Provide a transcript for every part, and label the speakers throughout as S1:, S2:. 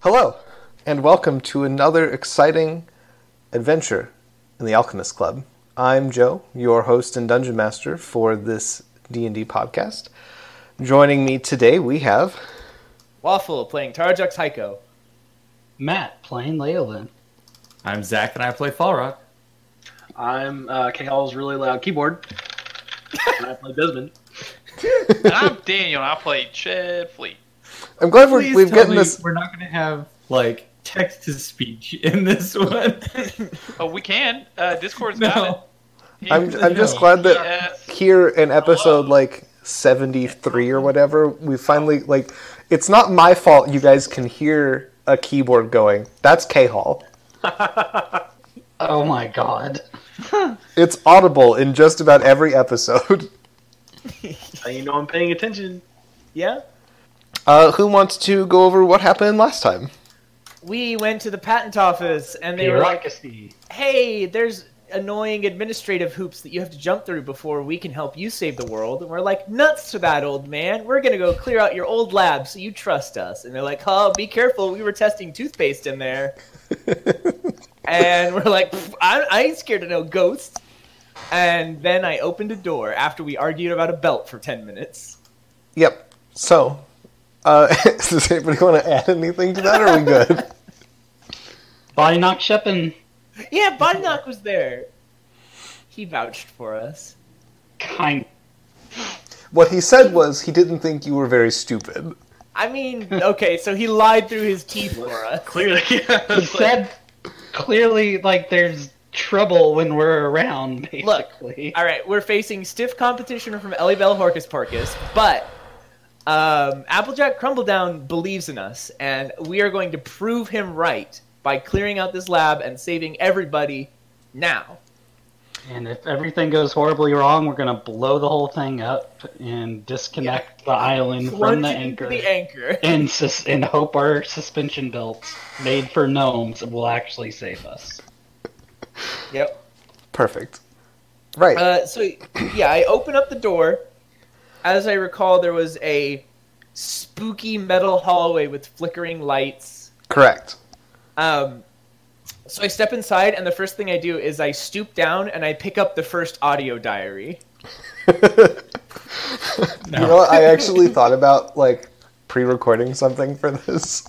S1: Hello, and welcome to another exciting adventure in the Alchemist Club. I'm Joe, your host and dungeon master for this D&D podcast. Joining me today, we have
S2: Waffle playing Tarjux Heiko.
S3: Matt playing Leolin.
S4: I'm Zach, and I play Fall Rock.
S3: I'm uh, K Hall's really loud keyboard. and I play Desmond.
S5: and I'm Daniel, and I play Chad Fleet.
S1: I'm glad we're,
S4: Please
S1: we've
S4: tell
S1: gotten
S4: me
S1: this.
S4: We're not going to have like text to speech in this one.
S5: Oh, we can. Uh, Discord's
S4: no,
S5: got it.
S1: I'm,
S5: Here-
S1: I'm just glad that
S5: Yes.
S1: here in episode like 73 or whatever, we finally like. It's not my fault. You guys can hear a keyboard going. That's K Hall.
S3: Oh my god.
S1: It's audible in just about every episode.
S3: Now Uh, you know I'm paying attention.
S2: Yeah?
S1: Uh, who wants to go over what happened last time?
S2: We went to the patent office and they were like,
S3: Bureaucracy.
S2: hey, there's annoying administrative hoops that you have to jump through before we can help you save the world. And we're like, nuts to that, old man. We're going to go clear out your old lab so you trust us. And they're like, oh, be careful. We were testing toothpaste in there. and we're like, "Pff, I, I ain't scared of no ghosts. And then I opened a door after we argued about a belt for 10 minutes.
S1: Yep. So, uh, does anybody want to add anything to that? Or are we good?
S3: Body knock Sheppin.
S2: Yeah, Bodnock was there. He vouched for us.
S3: Kind
S1: what he said was he didn't think you were very stupid.
S2: I mean, okay, so he lied through his teeth for us.
S5: Clearly,
S3: He said clearly like there's trouble when we're around,
S2: Look,
S3: basically.
S2: all right, we're facing stiff competition from Ellie Bell Horcus Porcus, but um, Applejack Crumbledown believes in us, and we are going to prove him right by clearing out this lab and saving everybody now.
S3: And if everything goes horribly wrong, we're gonna blow the whole thing up and disconnect the island from
S2: Plunge
S3: the
S2: it into
S3: anchor.
S2: The anchor.
S3: and, sus- and hope our suspension belts made for gnomes will actually save us.
S2: Yep.
S1: Perfect. Right.
S2: Uh, so yeah, I open up the door. As I recall, there was a spooky metal hallway with flickering lights.
S1: Correct.
S2: Um, so I step inside, and the first thing I do is I stoop down and I pick up the first audio diary.
S4: no.
S1: You know what? I actually thought about like pre-recording something for this,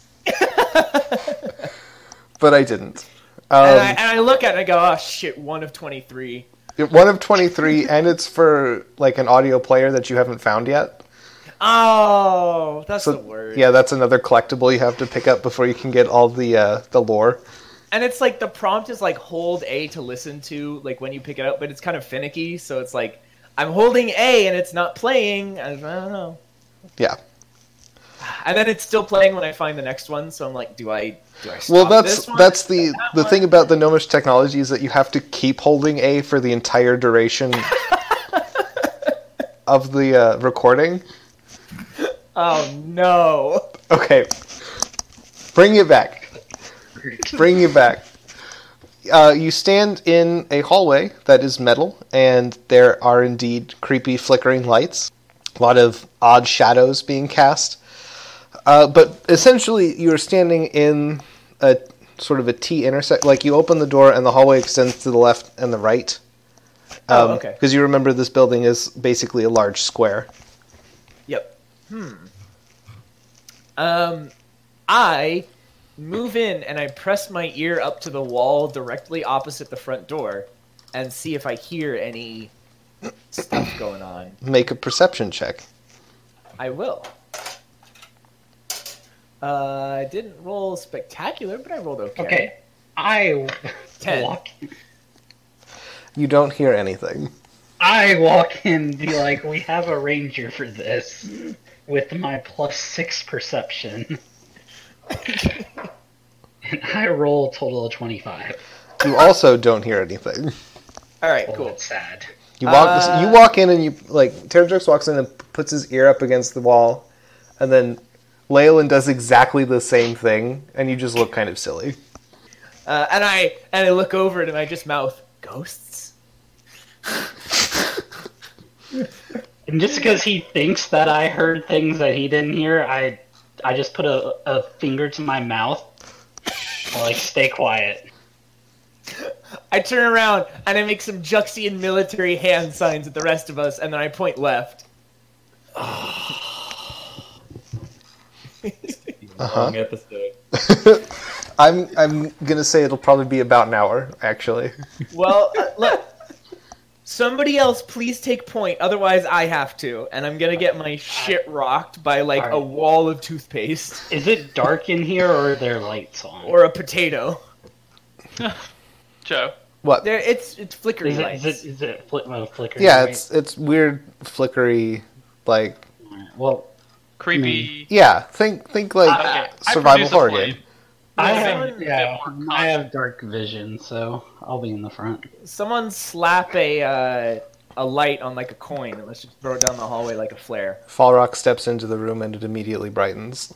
S1: but I didn't.
S2: And,
S1: Um,
S2: I, and I look at it and I go, "Oh shit, one of twenty-three.
S1: One of twenty-three, and it's for like an audio player that you haven't found yet.
S2: Oh, that's
S1: So
S2: the word.
S1: yeah, that's another collectible you have to pick up before you can get all the uh, the lore.
S2: And it's like the prompt is like hold A to listen to, like when you pick it up, but it's kind of finicky. So it's like I'm holding A and it's not playing. I don't know.
S1: Yeah.
S2: and then it's still playing when I find the next one. So I'm like, do I do I stop
S1: Well, that's
S2: this one?
S1: that's the
S2: That
S1: the
S2: one?
S1: thing about the gnomish technology is that you have to keep holding A for the entire duration of the uh, recording.
S2: Oh no!
S1: Okay, bring it back. Bring it back. Uh, you stand in a hallway that is metal, and there are indeed creepy flickering lights. A lot of odd shadows being cast. Uh, but essentially, you're standing in a sort of a T intersect. Like you open the door, and the hallway extends to the left and the right.
S2: Oh, okay.
S1: Because you remember this building is basically a large square.
S2: Yep. Hmm. Um, I move in and I press my ear up to the wall directly opposite the front door, and see if I hear any stuff going on.
S1: Make a perception check.
S2: I will. Uh, I didn't roll spectacular, but I rolled okay.
S3: Okay, I
S2: Ten.
S3: walk.
S1: You don't hear anything.
S3: I walk in, and be like, we have a ranger for this, with my plus six perception, and I roll a total of twenty-five.
S1: You also don't hear anything.
S2: All right.
S3: Oh,
S2: Cool.
S3: that's sad.
S1: You walk.
S2: Uh,
S1: you walk in and you like. Terrorjux walks in and puts his ear up against the wall, and then Leyland does exactly the same thing, and you just look kind of silly.
S2: Uh, and I and I look over it and I just mouth ghosts.
S3: And just because he thinks that I heard things that he didn't hear, I I just put a, a finger to my mouth. I'm like, stay quiet.
S2: I turn around and I make some Juxian military hand signs at the rest of us, and then I point left.
S1: Uh-huh.
S4: Long episode.
S1: I'm I'm gonna say it'll probably be about an hour, actually.
S2: Well, uh, look. Somebody else, please take point. Otherwise, I have to, and I'm gonna get my shit rocked by like a
S3: Alright.
S2: wall of toothpaste
S3: Is it dark in here or are there lights on?
S2: or a potato.
S5: Joe.
S1: What?
S2: There, it's it's flickering
S3: is it,
S2: lights.
S3: is it, is it flick, oh, flickering?
S1: yeah,
S3: right?
S1: it's it's weird, flickery, like
S3: Well,
S5: Creepy.
S1: yeah. Think think like
S5: Uh, Okay. I
S1: Uh, survival
S5: produce a
S1: horror
S5: flame.
S1: game.
S3: I
S2: Yeah,
S3: have
S2: someone-
S3: yeah,
S5: Bit more
S3: I have dark vision, so I'll be in the front.
S2: Someone slap a uh, a light on like a coin, and let's just throw it down the hallway like a flare.
S1: Fall Rock steps into the room and it immediately brightens.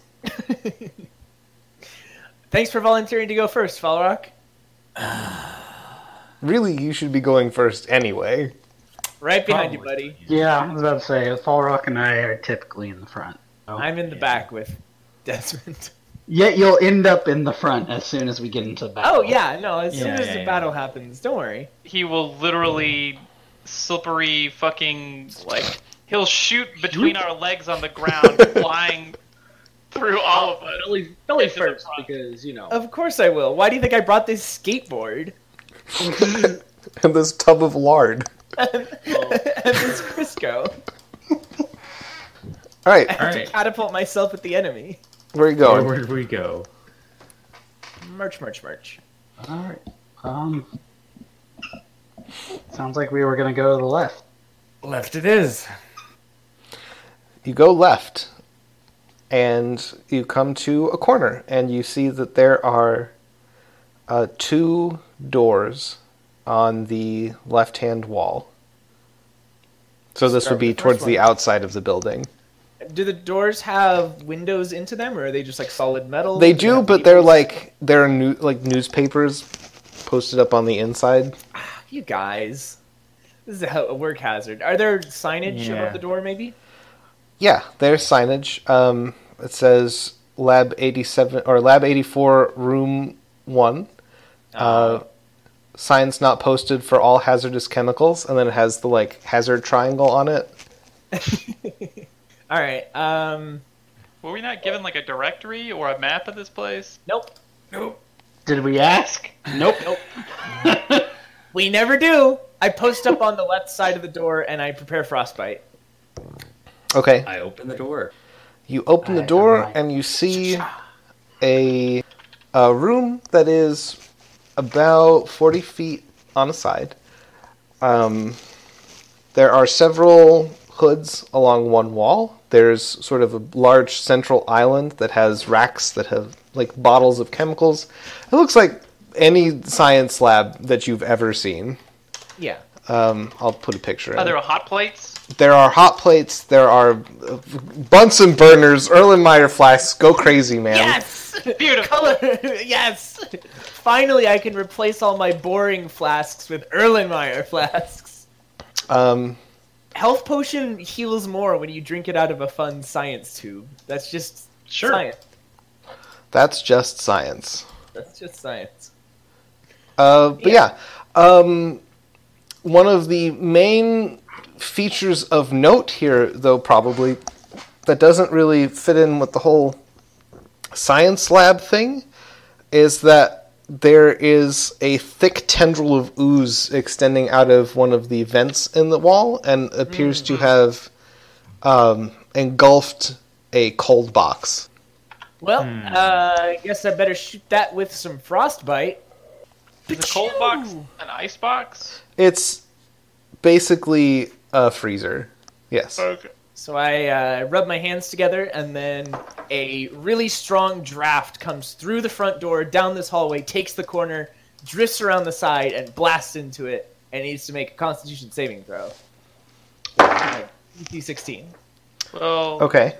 S2: Thanks for volunteering to go first, Falrock.
S1: Really, you should be going first anyway.
S2: Right behind you,
S4: Probably.
S2: buddy.
S3: Yeah, I was about to say, Fall Rock and I are typically in the front.
S2: I'm in the back with Desmond.
S3: Yet you'll end up in the front as soon as we get into the back.
S2: Oh yeah, no. As
S4: Yeah,
S2: soon as
S4: yeah,
S2: the
S4: yeah.
S2: battle happens, don't worry.
S5: He will literally slippery fucking like he'll shoot between our legs on the ground, flying through all of us.
S6: Billy, Billy
S5: Into the
S6: first
S5: front.
S6: because you know.
S2: Of course I will. Why do you think I brought this skateboard
S1: And this tub of lard.
S2: and this Crisco
S1: All right,
S4: All
S2: to
S4: right.
S2: catapult myself at the enemy?
S1: where are you
S4: Where
S1: going?
S4: would we go?
S2: Merch, merch, merch.
S3: All right. Um. Sounds like we were gonna go to the left.
S4: Left it is.
S1: You go left, and you come to a corner, and you see that there are uh, two doors on the left-hand wall. So this
S2: Start
S1: would be
S2: with the first
S1: towards the
S2: one.
S1: outside of the building.
S2: Do the doors have windows into them, or are they just like solid metal?
S1: They
S2: they
S1: do,
S2: have
S1: but they're
S2: beams?
S1: like there are new like newspapers posted up on the inside.
S2: you guys. This is a, hel- a work hazard. Are there signage
S4: Yeah.
S2: above the door, maybe?
S1: Yeah, there's signage. Um, it says Lab 87 or Lab 84, Room 1. Uh, signs not posted for all hazardous chemicals, and then it has the like hazard triangle on it.
S2: All right. Um.
S5: Were we not given like a directory or a map of this place?
S2: Nope.
S3: Did we ask? Nope.
S2: Nope. We never do. I post up on the left side of the door and I prepare frostbite.
S1: Okay,
S4: I open the door.
S1: you open the
S3: I-
S1: door
S3: alright.
S1: and you see a a room that is about 40 feet on a side. Um, there are several hoods along one wall. There's sort of a large central island that has racks that have like bottles of chemicals. It looks like any science lab that you've ever seen.
S2: Yeah.
S1: Um, I'll put a picture.
S5: Are
S1: in.
S5: there hot plates?
S1: There are hot plates. There are uh, Bunsen burners, Erlenmeyer flasks. Go crazy, man!
S2: Yes.
S5: Beautiful.
S2: Color. yes. Finally, I can replace all my boring flasks with Erlenmeyer flasks.
S1: Um,
S2: Health potion heals more when you drink it out of a fun science tube. That's just
S5: Sure.
S2: science.
S1: that's just science.
S2: That's just science.
S1: Uh, but yeah, um, one of the main features of note here, though, probably that doesn't really fit in with the whole science lab thing, is that there is a thick tendril of ooze extending out of one of the vents in the wall and appears to have um, engulfed a cold box.
S2: Well, uh, I guess I better shoot that with some frostbite.
S5: Is a cold box an ice box?
S1: It's basically a freezer. Yes.
S5: Okay.
S2: So I uh, rub my hands together, and then a really strong draft comes through the front door, down this hallway, takes the corner, drifts around the side, and blasts into it. And needs to make a Constitution saving throw. D16.
S5: Well,
S1: Okay.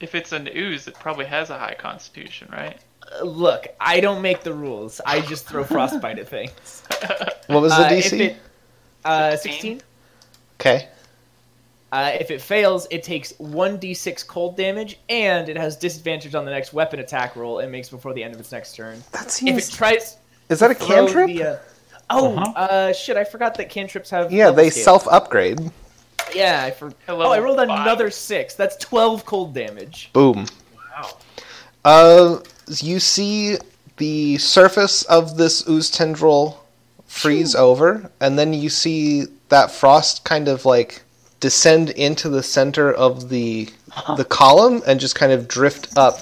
S5: if it's an ooze, it probably has a high constitution, right?
S2: Uh, look, I don't make the rules. I just throw frostbite at things.
S1: What was the
S2: Uh, if
S1: DC?
S2: it- Uh, 16.
S1: Okay.
S2: Uh, Uh, if it fails, it takes 1d6 cold damage, and it has disadvantage on the next weapon attack roll it makes before the end of its next turn.
S1: That
S2: If
S1: seems.
S2: it tries
S1: is that a
S2: throw
S1: cantrip?
S2: the, uh, oh,
S4: Uh-huh.
S2: uh, shit! I forgot that cantrips have.
S1: yeah,
S2: level
S1: they
S2: scale.
S1: self upgrade.
S2: Yeah, I for-
S5: Hello,
S2: Oh, I rolled
S5: five.
S2: another six. That's 12 cold damage.
S1: Boom.
S5: Wow.
S1: Uh, you see the surface of this ooze tendril freeze over, and then you see that frost kind of like descend into the center of the the column and just kind of drift up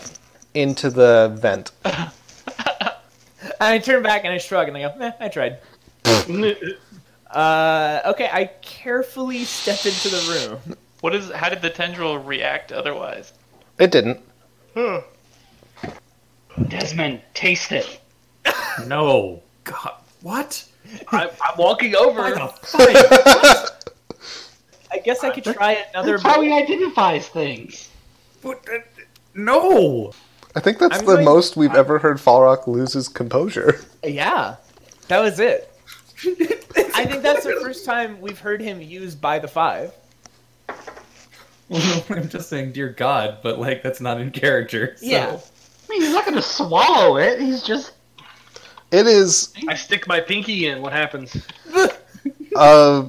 S1: into the vent.
S2: I turn back and I shrug and I go, eh, I tried. Uh, okay, I carefully step into the room.
S5: What is? How did the tendril react otherwise?
S1: It didn't.
S3: Desmond, taste it.
S4: no. God. What?
S5: I, I'm walking over.
S4: Like a fight.
S2: I guess I could try another.
S3: That's how he identifies things.
S4: What the- No.
S1: I think that's
S2: I'm
S1: the
S2: going-
S1: most we've ever heard Fall Rock lose his composure.
S2: Yeah, that was it. I think that's the first time we've heard him use by the five.
S4: Well, I'm just saying, dear God, but like that's not in character. So.
S2: Yeah.
S3: I mean, he's not gonna swallow it. He's just
S1: It is
S6: I stick my pinky in. What happens?
S1: uh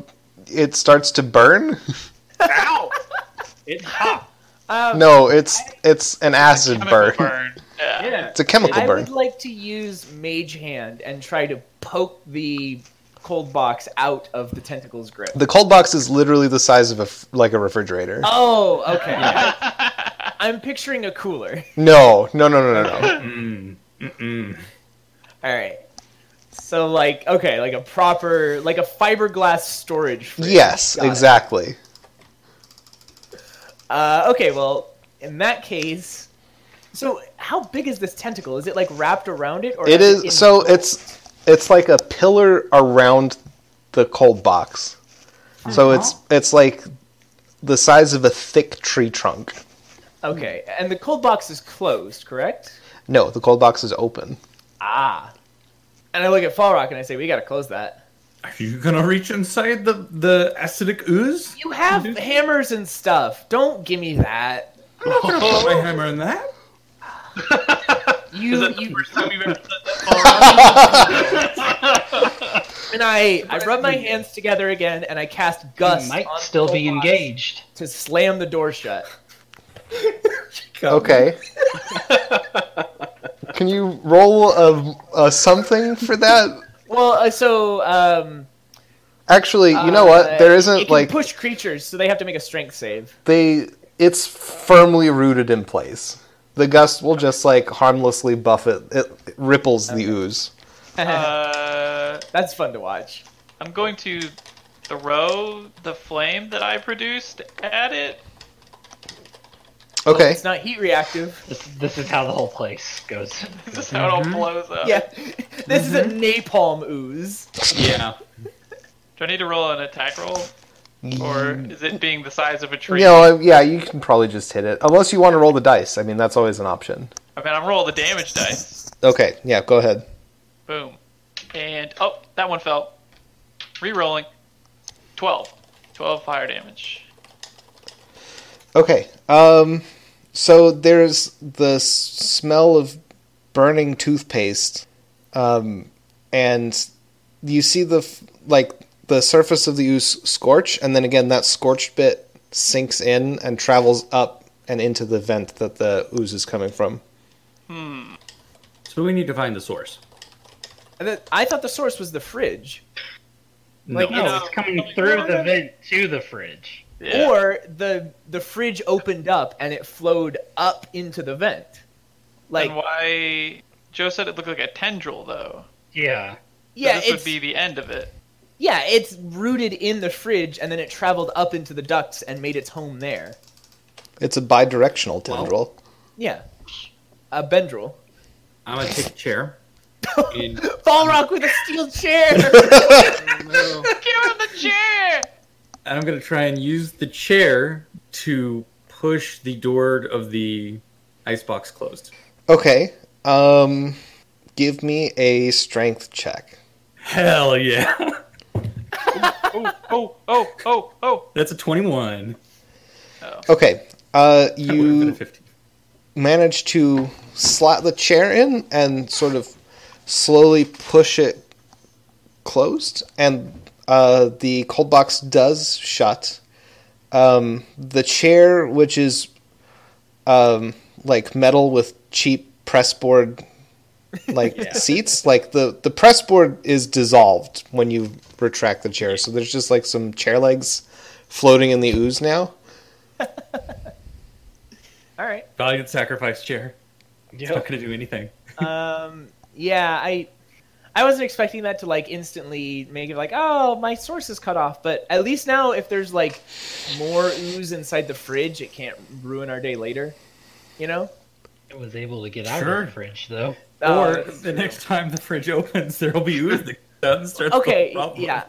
S1: it starts to burn.
S6: Ow! It's hot.
S2: Um,
S1: No, it's it's an acid
S5: Chemical
S1: burn.
S5: burn. Yeah.
S6: Yeah.
S1: It's a chemical
S2: I
S1: burn.
S2: would like to use Mage Hand and try to poke the cold box out of the tentacle's grip.
S1: The cold box is literally the size of a f- like a refrigerator.
S2: Oh, okay. I'm picturing a cooler.
S1: No, no, no, no, no, no.
S4: Mm. Mm-mm.
S2: All right. So like okay, like a proper like a fiberglass storage. Fridge.
S1: yes,
S2: Got it.
S1: exactly.
S2: Uh, okay, well in that case, so how big is this tentacle? Is it like wrapped around it, or
S1: It
S2: is in-
S1: is so it's it's like a pillar around the cold box. So
S2: Uh-huh.
S1: it's it's like the size of a thick tree trunk.
S2: okay? And the cold box is closed, correct?
S1: No, the cold box is open.
S2: Ah. And I look at Fall Rock and I say, "We gotta close that."
S4: Are you gonna reach inside the the acidic ooze?
S2: You have hammers and stuff. Don't give me that.
S4: I'm not gonna put my hammer in Oh. that.
S5: Is
S2: You,
S5: that the
S2: you
S5: first time you've ever said that?
S2: and I, I rub my hands together again and I cast Gust
S3: he might
S2: on the
S3: still be
S2: cold box
S3: engaged.
S2: to slam the door shut.
S4: God.
S1: Okay. Can you roll a, a something for that?
S2: Well, uh, so um,
S1: Actually, you know
S2: uh,
S1: what? There
S2: it
S1: isn't
S2: can
S1: like
S2: push creatures, so they have to make a strength save.
S1: they it's firmly rooted in place. The gust will just like harmlessly buff it. It, it ripples the ooze.
S5: Uh,
S2: That's fun to watch.
S5: I'm going to throw the flame that I produced at it.
S1: Okay.
S2: It's not heat reactive.
S3: This, this is how the whole place goes.
S5: This is how it all blows up.
S2: Yeah, this is a
S3: Mm-hmm.
S2: napalm ooze.
S4: Yeah.
S5: Do I need to roll an attack roll, or is it being the size of a
S1: You
S5: tree?
S1: know, uh, yeah, you can probably just hit it unless you want to roll the dice. I mean, that's always an option.
S5: I mean, I'm rolling the damage dice.
S1: Okay. Yeah. Go ahead.
S5: Boom. And oh, that one fell. Rerolling. Twelve. Twelve fire damage.
S1: Okay. Um. So there's the s- smell of burning toothpaste, um, and you see the f- like the surface of the ooze scorch, and then again that scorched bit sinks in and travels up and into the vent that the ooze is coming from.
S4: So we need to find the source.
S2: And then, I thought the source was the fridge,
S4: Like,
S5: you
S3: No,
S5: know-
S3: it's coming through the vent to the fridge.
S5: Yeah.
S2: or the the fridge opened up and it flowed up into the vent. Like,
S5: and why? Joe said it looked like a tendril, though.
S3: Yeah.
S5: So
S2: yeah,
S5: this
S2: it's
S5: would be the end of it.
S2: yeah, it's rooted in the fridge and then it traveled up into the ducts and made its home there.
S1: It's a bidirectional tendril.
S2: Yeah, a Bendril.
S4: I'm gonna take a chair. and,
S2: Fall Rock with a steel chair.
S5: Get out of the chair!
S4: and I'm gonna try and use the chair to push the door of the icebox closed.
S1: Okay. Um, give me a strength check.
S4: Hell yeah.
S5: Oh, oh, oh, oh, oh!
S4: That's a 21.
S1: Okay. Uh,
S4: That would have been a
S1: you
S4: 15.
S1: manage to slot the chair in and sort of slowly push it closed, and uh, the cold box does shut. Um, the chair, which is um, like metal with cheap pressboard like seats, like the the pressboard is dissolved when you retract the chair, so there's just like some chair legs floating in the ooze now.
S2: All right.
S4: Valiant sacrifice chair. It's not going to do anything.
S2: Um, yeah, I I wasn't expecting that to like instantly make it like, oh, my source is cut off. But at least now, if there's like more ooze inside the fridge, it can't ruin our day later. You know?
S3: It was able to get out
S4: Sure.
S3: of the fridge, though.
S2: Oh,
S4: or
S2: that's
S4: the
S2: true.
S4: next time the fridge opens, there'll be ooze that comes out and starts
S2: Okay,
S4: the problem.
S2: yeah.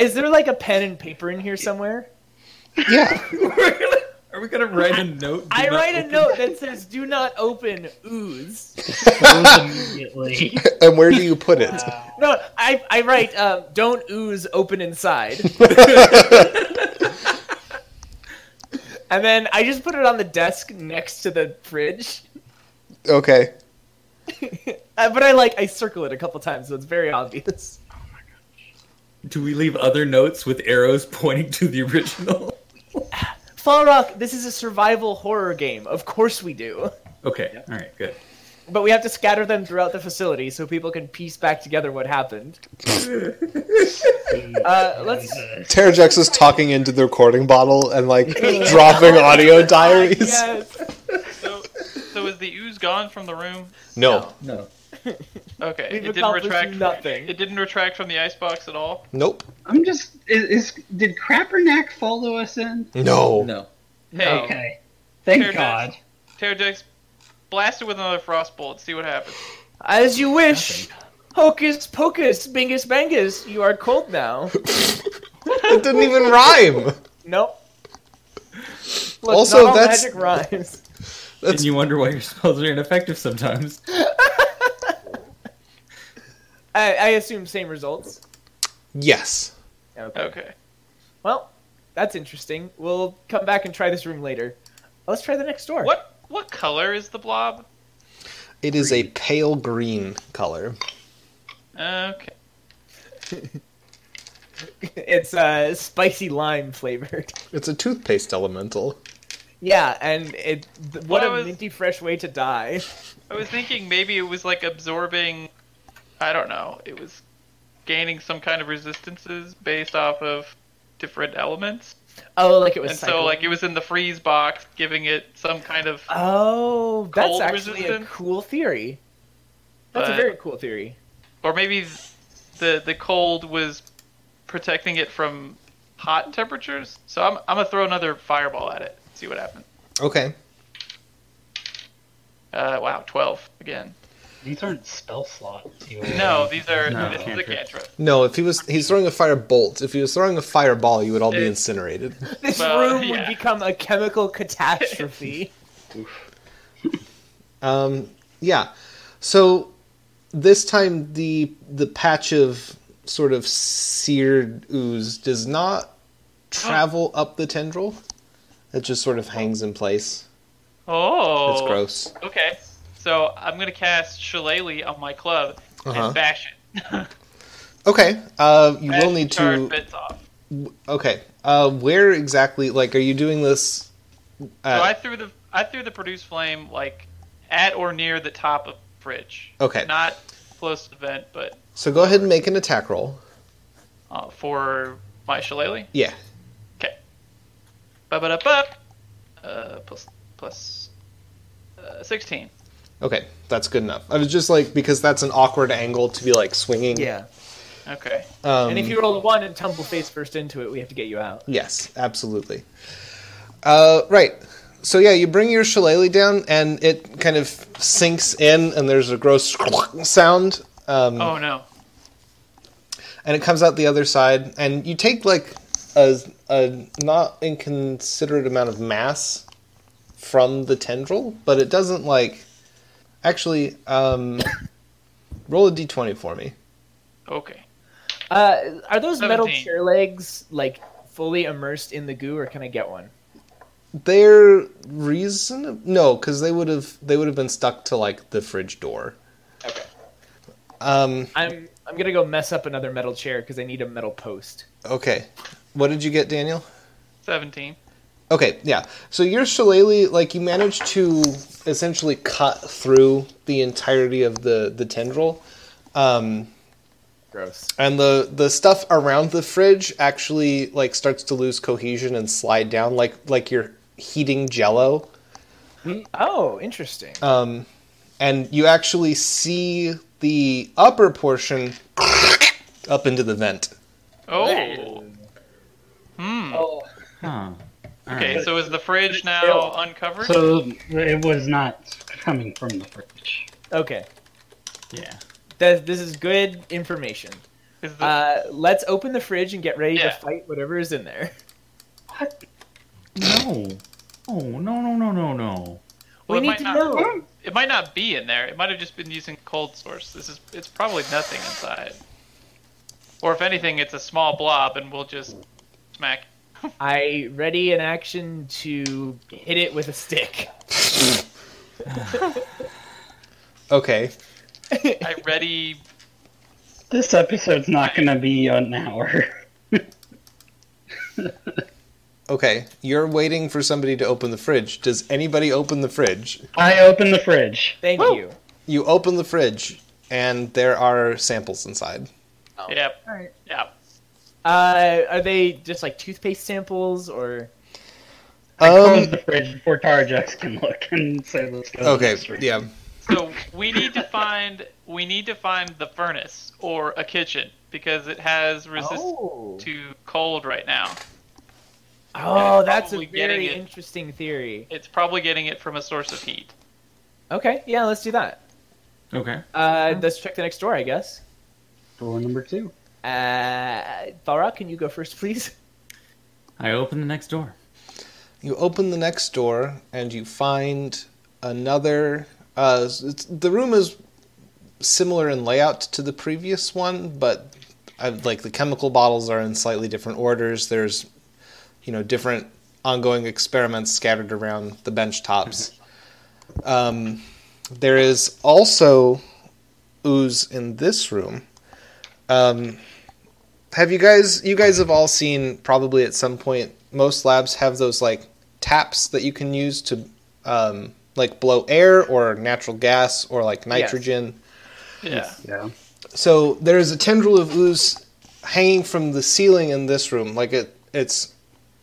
S2: Is there like a pen and paper in here somewhere?
S1: Yeah.
S4: We're gonna- Are we going to write a note? Do
S2: I
S4: not
S2: write a
S4: open-
S2: note that says, "Do not open ooze."
S3: Close immediately.
S1: and where do you put it?
S2: No, I I write, um, "Don't ooze open inside," and then I just put it on the desk next to the fridge.
S1: okay.
S2: Uh, but I like I circle it a couple times, so it's very obvious.
S4: Do we leave other notes with arrows pointing to the original?
S2: Fall Rock, this is a survival horror game. Of course we do.
S4: Okay. All right. Good.
S2: But we have to scatter them throughout the facility so people can piece back together what happened. uh, let's.
S1: Terrajex is talking into the recording bottle and like dropping audio diaries.
S2: Yes.
S5: So, so is the ooze gone from the room?
S1: No.
S4: No.
S5: Okay,
S2: We've
S5: it didn't
S2: accomplished
S5: retract.
S2: nothing.
S5: It didn't retract from the icebox at all.
S1: Nope.
S3: I'm just. Is, is did Crappernack follow us in?
S1: No.
S4: No.
S5: Hey,
S3: Okay. Thank
S5: Oh. Fair
S3: God.
S5: enough. Terradex, blast it with another frost bolt. See what happens.
S2: As you wish. Hocus pocus, bingus bangus, you are cold now.
S1: It didn't even rhyme.
S2: Nope. Look,
S1: Also,
S2: not all
S1: that's-
S2: magic rhymes.
S1: That's
S4: And you wonder why your spells are ineffective sometimes.
S2: I, I assume same results.
S1: yes.
S5: Okay.
S2: Well, that's interesting. We'll come back and try this room later. Let's try the next door.
S5: What what color is the blob?
S1: It is a pale green color.
S5: Okay.
S2: It's uh, spicy lime flavored.
S1: It's a toothpaste elemental.
S2: Yeah, and it th- what
S5: Well,
S2: a
S5: I was-
S2: minty fresh way to die.
S5: I was thinking maybe it was like absorbing. I don't know. It was gaining some kind of resistances based off of different elements,
S2: Oh, like it was.
S5: and so
S2: cycling.
S5: like it was in the freeze box, giving it some kind of.
S2: Oh, that's
S5: Cold
S2: actually a
S5: resistant?
S2: cool theory. That's a
S5: But-
S2: very cool theory.
S5: or maybe the the cold was protecting it from hot temperatures. So I'm I'm gonna throw another fireball at it. See what happens.
S1: Okay.
S5: Uh, wow, twelve again.
S3: These aren't spell slots. You
S5: No, these are
S4: No.
S5: this is a
S4: Cantrip.
S5: cantrip.
S1: No, if he was he's throwing a fire bolt. If he was throwing a fireball, you would all be
S5: It-
S1: incinerated.
S2: This
S5: Well,
S2: room would
S5: yeah.
S2: become a chemical catastrophe.
S1: Um, yeah. So this time the the patch of sort of seared ooze does not travel
S5: Oh.
S1: up the tendril. It just sort of hangs in place.
S5: Oh,
S1: It's gross.
S5: Okay, so I'm gonna cast Shillelagh on my club
S1: Uh-huh.
S5: and bash it.
S1: Okay. Uh, you
S5: Bash
S1: will need
S5: the charred
S1: to.
S5: bits off.
S1: Okay. Uh, where exactly? Like, are you doing this?
S5: so I
S1: Uh,
S5: threw the I threw the produce flame like at or near the top of the fridge.
S1: Okay.
S5: Not close to the vent, but
S1: so go ahead and make an attack roll.
S5: uh, for my Shillelagh.
S1: Yeah.
S5: Ba ba da ba. Uh, plus plus. Uh, 16.
S1: Okay, that's good enough. I was just like because that's an awkward angle to be like swinging.
S2: yeah.
S5: Okay.
S1: Um,
S2: and if you roll a one and tumble face first into it, we have to get you out.
S1: Yes, absolutely. Uh, right. So yeah, you bring your shillelagh down, and it kind of sinks in, and there's a gross sound, um,
S5: Oh no.
S1: and it comes out the other side, and you take like a, a not inconsiderate amount of mass from the tendril, but it doesn't like. Actually, um, roll a d20 for me.
S5: Okay.
S2: Uh, are those metal
S5: Seventeen.
S2: chair legs like fully immersed in the goo, or can I get one?
S1: They're reason no, because they would have they would have been stuck to like the fridge door.
S5: Okay.
S1: Um.
S2: I'm I'm gonna go mess up another metal chair because I need a metal post.
S1: Okay. What did you get, Daniel?
S5: Seventeen.
S1: Okay, yeah. So your shillelagh, like you managed to essentially cut through the entirety of the the tendril, um,
S2: Gross.
S1: and the the stuff around the fridge actually like starts to lose cohesion and slide down, like like you're heating jello.
S2: Oh, interesting.
S1: Um, and you actually see the upper portion up into the vent.
S5: Oh. Hmm.
S3: Oh.
S4: Huh. All
S5: Okay,
S4: right.
S5: so is the fridge now uncovered?
S3: So it was not coming from the fridge.
S2: Okay,
S4: Yeah.
S2: that this is good information.
S5: Is the
S2: Uh, let's open the fridge and get ready to
S5: Yeah.
S2: fight whatever is in there.
S4: No. Oh no no no no no.
S5: well,
S2: we
S5: it
S2: need
S5: might
S2: to
S5: not-
S2: know.
S5: It might not be in there. It might have just been using cold source. This is it's probably nothing inside. Or if anything, it's a small blob and we'll just smack.
S2: I ready in action to hit it with a stick.
S1: Okay.
S5: I ready
S3: This episode's not going to be an hour.
S1: Okay, you're waiting for somebody to open the fridge. Does anybody open the fridge?
S3: I opened the fridge.
S2: Thank
S5: Woo.
S2: you.
S1: You open the fridge, and there are samples inside.
S5: Yep.
S2: Alright.
S5: Yep.
S2: Uh, are they just like toothpaste samples or?
S3: I
S1: Um,
S3: closed the fridge before Tarjax can look and say, let's go. to the
S1: okay,
S3: next room."
S1: yeah.
S5: So we need to find we need to find the furnace or a kitchen because it has resistance
S2: Oh,
S5: to cold right now.
S2: oh, that's a
S5: Probably getting
S2: very
S5: it.
S2: interesting theory.
S5: It's probably getting it from a source of heat.
S2: Okay, yeah, let's do that.
S4: Okay.
S2: Uh, let's check the next door, I guess.
S3: Door number two.
S2: Uh, Balrock, can you go first, please?
S4: I open the next door.
S1: You open the next door, and you find another. Uh, it's, the room is similar in layout to the previous one, but uh, like the chemical bottles are in slightly different orders. There's, you know, different ongoing experiments scattered around the bench tops. um, there is also ooze in this room. Um, have you guys? You guys have all seen probably at some point. Most labs have those like taps that you can use to um, like blow air or natural gas or like nitrogen.
S5: Yeah.
S3: Yeah.
S1: So there is a tendril of ooze hanging from the ceiling in this room. Like it, it's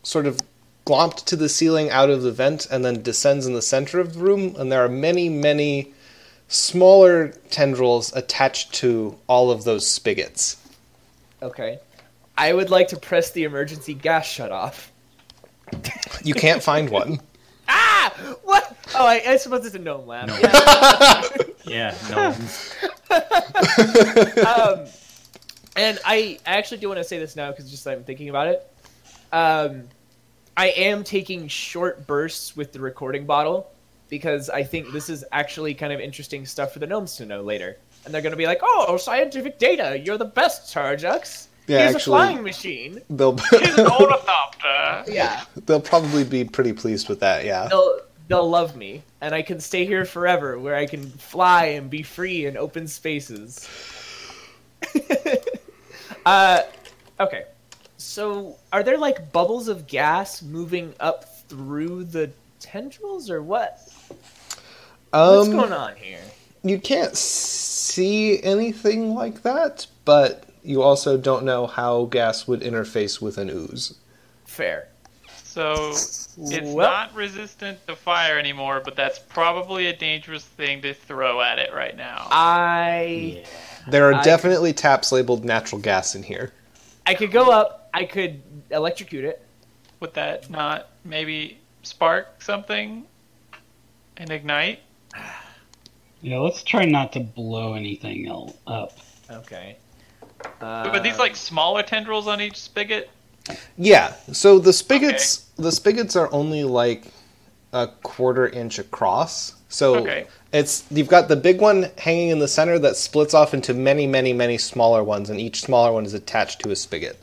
S1: sort of glomped to the ceiling out of the vent and then descends in the center of the room. And there are many, many smaller tendrils attached to all of those spigots.
S2: Okay. I would like to press the emergency gas shut off.
S1: You can't find one.
S2: Ah! What? Oh, I, I suppose it's a gnome lab.
S4: No.
S2: Yeah.
S4: Yeah. No.
S2: um, and I I actually do want to say this now because just I'm thinking about it. Um, I am taking short bursts with the recording bottle because I think this is actually kind of interesting stuff for the gnomes to know later. And they're going to be like, oh, scientific data. You're the best, Tarjux.
S1: Yeah,
S2: Here's
S1: actually-
S2: a flying machine.
S1: They'll
S5: He's an ornithopter.
S2: Yeah.
S1: they'll probably be pretty pleased with that. Yeah.
S2: They'll, they'll love me. And I can stay here forever where I can fly and be free in open spaces. uh, okay. So, are there like bubbles of gas moving up through the tendrils or what?
S1: Um,
S2: What's going on here?
S1: you can't see anything like that, but you also don't know how gas would interface with an ooze.
S2: Fair.
S5: So it's
S2: Well-
S5: not resistant to fire anymore, but that's probably a dangerous thing to throw at it right now.
S2: I
S4: yeah.
S1: There are
S2: I-
S1: definitely taps labeled natural gas in here.
S2: I could go up, I could electrocute it.
S5: Would that not maybe spark something and ignite?
S3: Yeah, let's try not to blow anything el- up.
S2: Okay.
S5: but these
S2: Um,
S5: like smaller tendrils on each spigot.
S1: Yeah. So the spigots the spigots are only like a quarter inch across. So
S5: Okay.
S1: it's you've got the big one hanging in the center that splits off into many, many, many smaller ones, and each smaller one is attached to a spigot.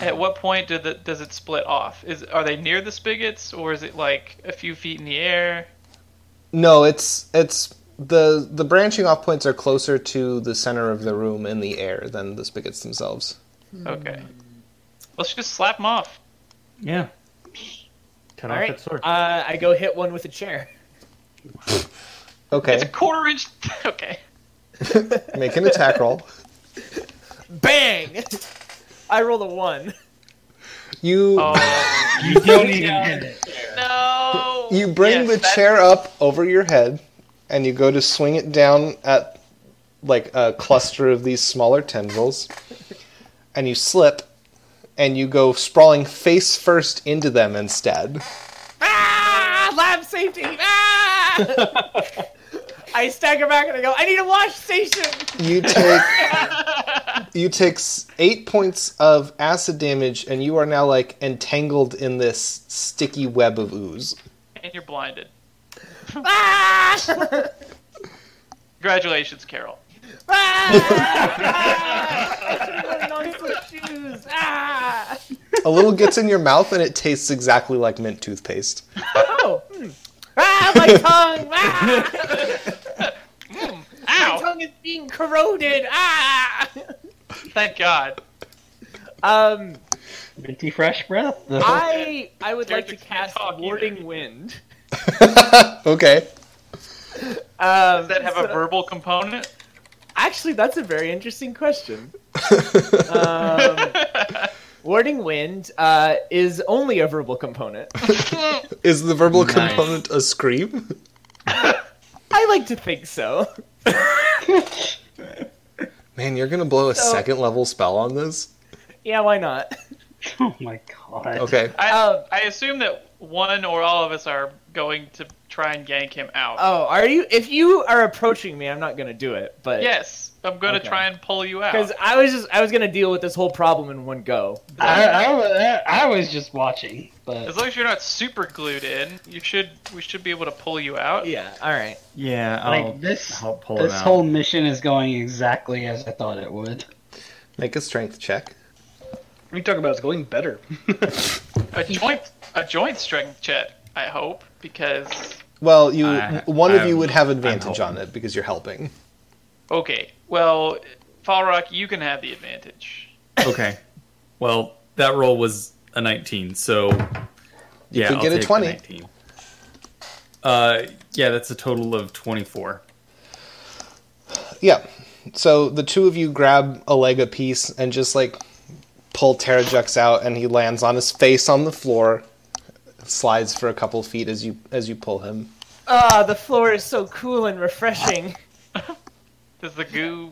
S5: At what point did the, does it split off? Is are they near the spigots or is it like a few feet in the air?
S1: No, it's it's the the branching off points are closer to the center of the room in the air than the spigots themselves.
S5: Okay, let's just slap them off.
S4: Yeah. Cut
S2: All
S4: off
S2: right.
S4: that sword.
S2: Uh, I go hit one with a chair.
S1: Okay,
S5: It's a quarter inch. okay.
S1: make an attack roll.
S2: Bang! I roll a one.
S1: You
S5: Oh
S3: You don't even hit it.
S5: no!
S1: you bring
S5: Yes,
S1: the
S5: that-
S1: chair up over your head, and you go to swing it down at like a cluster of these smaller tendrils, and you slip, and you go sprawling face first into them instead.
S2: Ah! Lab safety! Ah! I stagger back and I go, I need a wash station!
S1: You take you take s- eight points of acid damage, and you are now like entangled in this sticky web of ooze.
S5: And you're blinded.
S2: Ah!
S5: Congratulations, Carol.
S2: Ah! shoes. Ah!
S1: A little gets in your mouth, and it tastes exactly like mint toothpaste.
S2: Oh. hmm. Ah, my tongue! Ah! My
S5: Ow!
S2: tongue is being corroded! Ah!
S5: Thank God.
S2: Um,
S3: Minty fresh breath.
S2: I I would like to
S5: Characters can't
S2: cast
S5: talk either.
S2: Warding Wind.
S1: Okay.
S2: Um,
S5: Does that have a verbal component?
S2: Actually, that's a very interesting question. Um, warding Wind uh, is only a verbal component.
S1: Is the verbal
S4: Nice.
S1: component a scream?
S2: I like to think so.
S1: Man, you're gonna blow a
S2: So-
S1: second level spell on this?
S2: Yeah, why not?
S3: Oh my god.
S1: Okay.
S5: I,
S2: Um,
S5: I assume that one or all of us are going to try and yank him out.
S2: Oh, are you? If you are approaching me, I'm not gonna do it. But
S5: yes, I'm going to
S2: Okay.
S5: try and pull you
S2: because
S5: out.
S2: I was just I was gonna deal with this whole problem in one go.
S3: I, I, wa- I was just watching,
S5: As
S3: but
S5: long as you're not super glued in, you should we should be able to pull you out.
S2: Yeah. All right.
S4: yeah, I'll,
S3: like this,
S4: I'll pull him
S3: this
S4: out.
S3: whole mission is going exactly as I thought it would.
S1: Make a strength check.
S6: We talk about it's going better.
S5: A joint a joint strength check, I hope, because
S1: Well, you
S4: I-
S1: one of
S4: I'm-
S1: you would have
S4: I'm
S1: advantage
S4: helping.
S1: on it because you're helping.
S5: okay, well, Falrock, you can have the advantage.
S4: Okay. Well, that roll was a 19, so yeah,
S1: could
S4: I'll
S1: get a
S4: take the
S1: 20.
S4: 19. Uh, yeah, that's a total of 24.
S1: Yeah. So the two of you grab a leg apiece and just like pull Terrajux out and he lands on his face on the floor, slides for a couple feet as you as you pull him.
S2: Ah, the floor is so cool and refreshing.
S5: Does the goo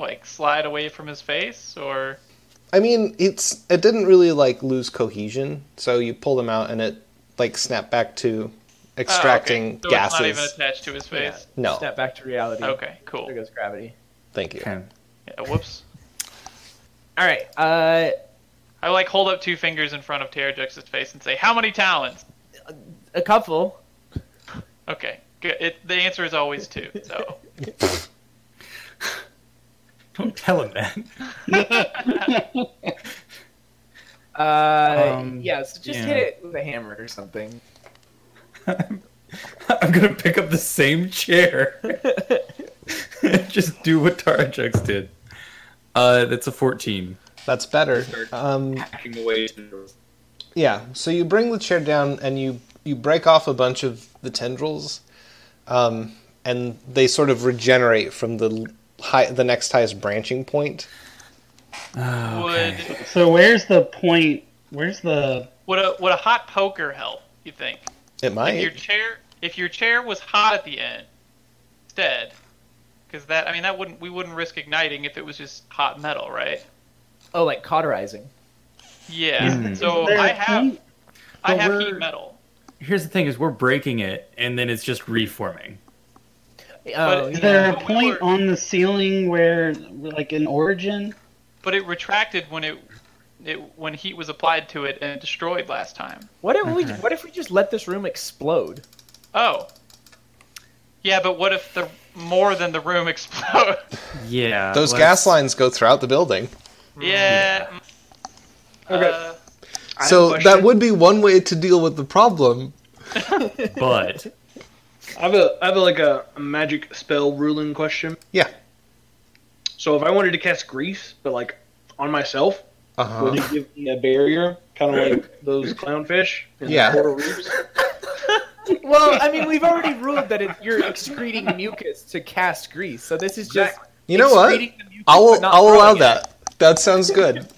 S5: like slide away from his face, or
S1: I mean, it's it didn't really like lose cohesion, so you pull them out and it like snapped back to
S5: Oh, okay.
S1: extracting
S5: So
S1: gases.
S5: It's not even attached to his face.
S1: No.
S2: Snap back to reality.
S5: Okay, cool.
S2: There goes gravity.
S1: Thank you.
S4: Okay.
S5: Yeah, whoops.
S2: All right. Uh,
S5: I like hold up two fingers in front of Terrajux's face and say, "How many talons?"
S2: a couple.
S5: Okay, good. It, the answer is always two. So
S4: Don't tell him that.
S2: Uh,
S4: Um,
S2: yeah. So just
S4: yeah.
S2: hit it with a hammer or something.
S4: I'm gonna pick up the same chair. Just do what Tarajex did. Uh, that's a 14.
S1: That's better. Um, Yeah. So you bring the chair down and you you break off a bunch of the tendrils, um, and they sort of regenerate from the l- high the next highest branching point.
S4: Oh,
S5: would
S3: So where's the point? Where's the?
S5: would a would a hot poker help? You think?
S1: It
S5: If your
S1: might.
S5: chair if your chair was hot at the end, instead, because that I mean that wouldn't we wouldn't risk igniting if it was just hot metal, right?
S2: Oh, like cauterizing.
S5: Yeah.
S1: Hmm.
S4: Mm.
S5: So
S3: there a
S5: I have
S3: point?
S5: I
S4: But
S5: have
S4: we're-
S5: heat metal.
S4: Here's the thing: is we're breaking it, and then it's just reforming.
S2: Oh,
S5: But-
S3: Is
S2: yeah.
S3: there a
S5: Yeah.
S3: point on the ceiling where, like, an origin?
S5: But it retracted when it, it when heat was applied to it and it destroyed last time.
S2: What if we? What if we just let this room explode?
S5: Oh. Yeah, but what if the more than the room explodes?
S4: Yeah.
S1: Hmm. Those gas lines go throughout the building.
S5: yeah. mm.
S3: I
S5: Uh,
S3: have a
S1: So that
S3: question.
S1: would be one way to deal with the problem.
S4: But
S6: I have a I have a, like a, a magic spell ruling question.
S1: Yeah.
S6: So if I wanted to cast grease, but like on myself, would
S1: Uh huh.
S6: it give me a barrier, kind of like those clownfish? in the
S1: Yeah.
S6: coral reefs?
S2: Well, I mean, we've already ruled that it, you're excreting mucus to cast grease, so this is just
S1: You know what?
S2: excreting the mucus,
S1: I'll
S2: but not
S1: I'll allow
S2: throwing it.
S1: that. That sounds good.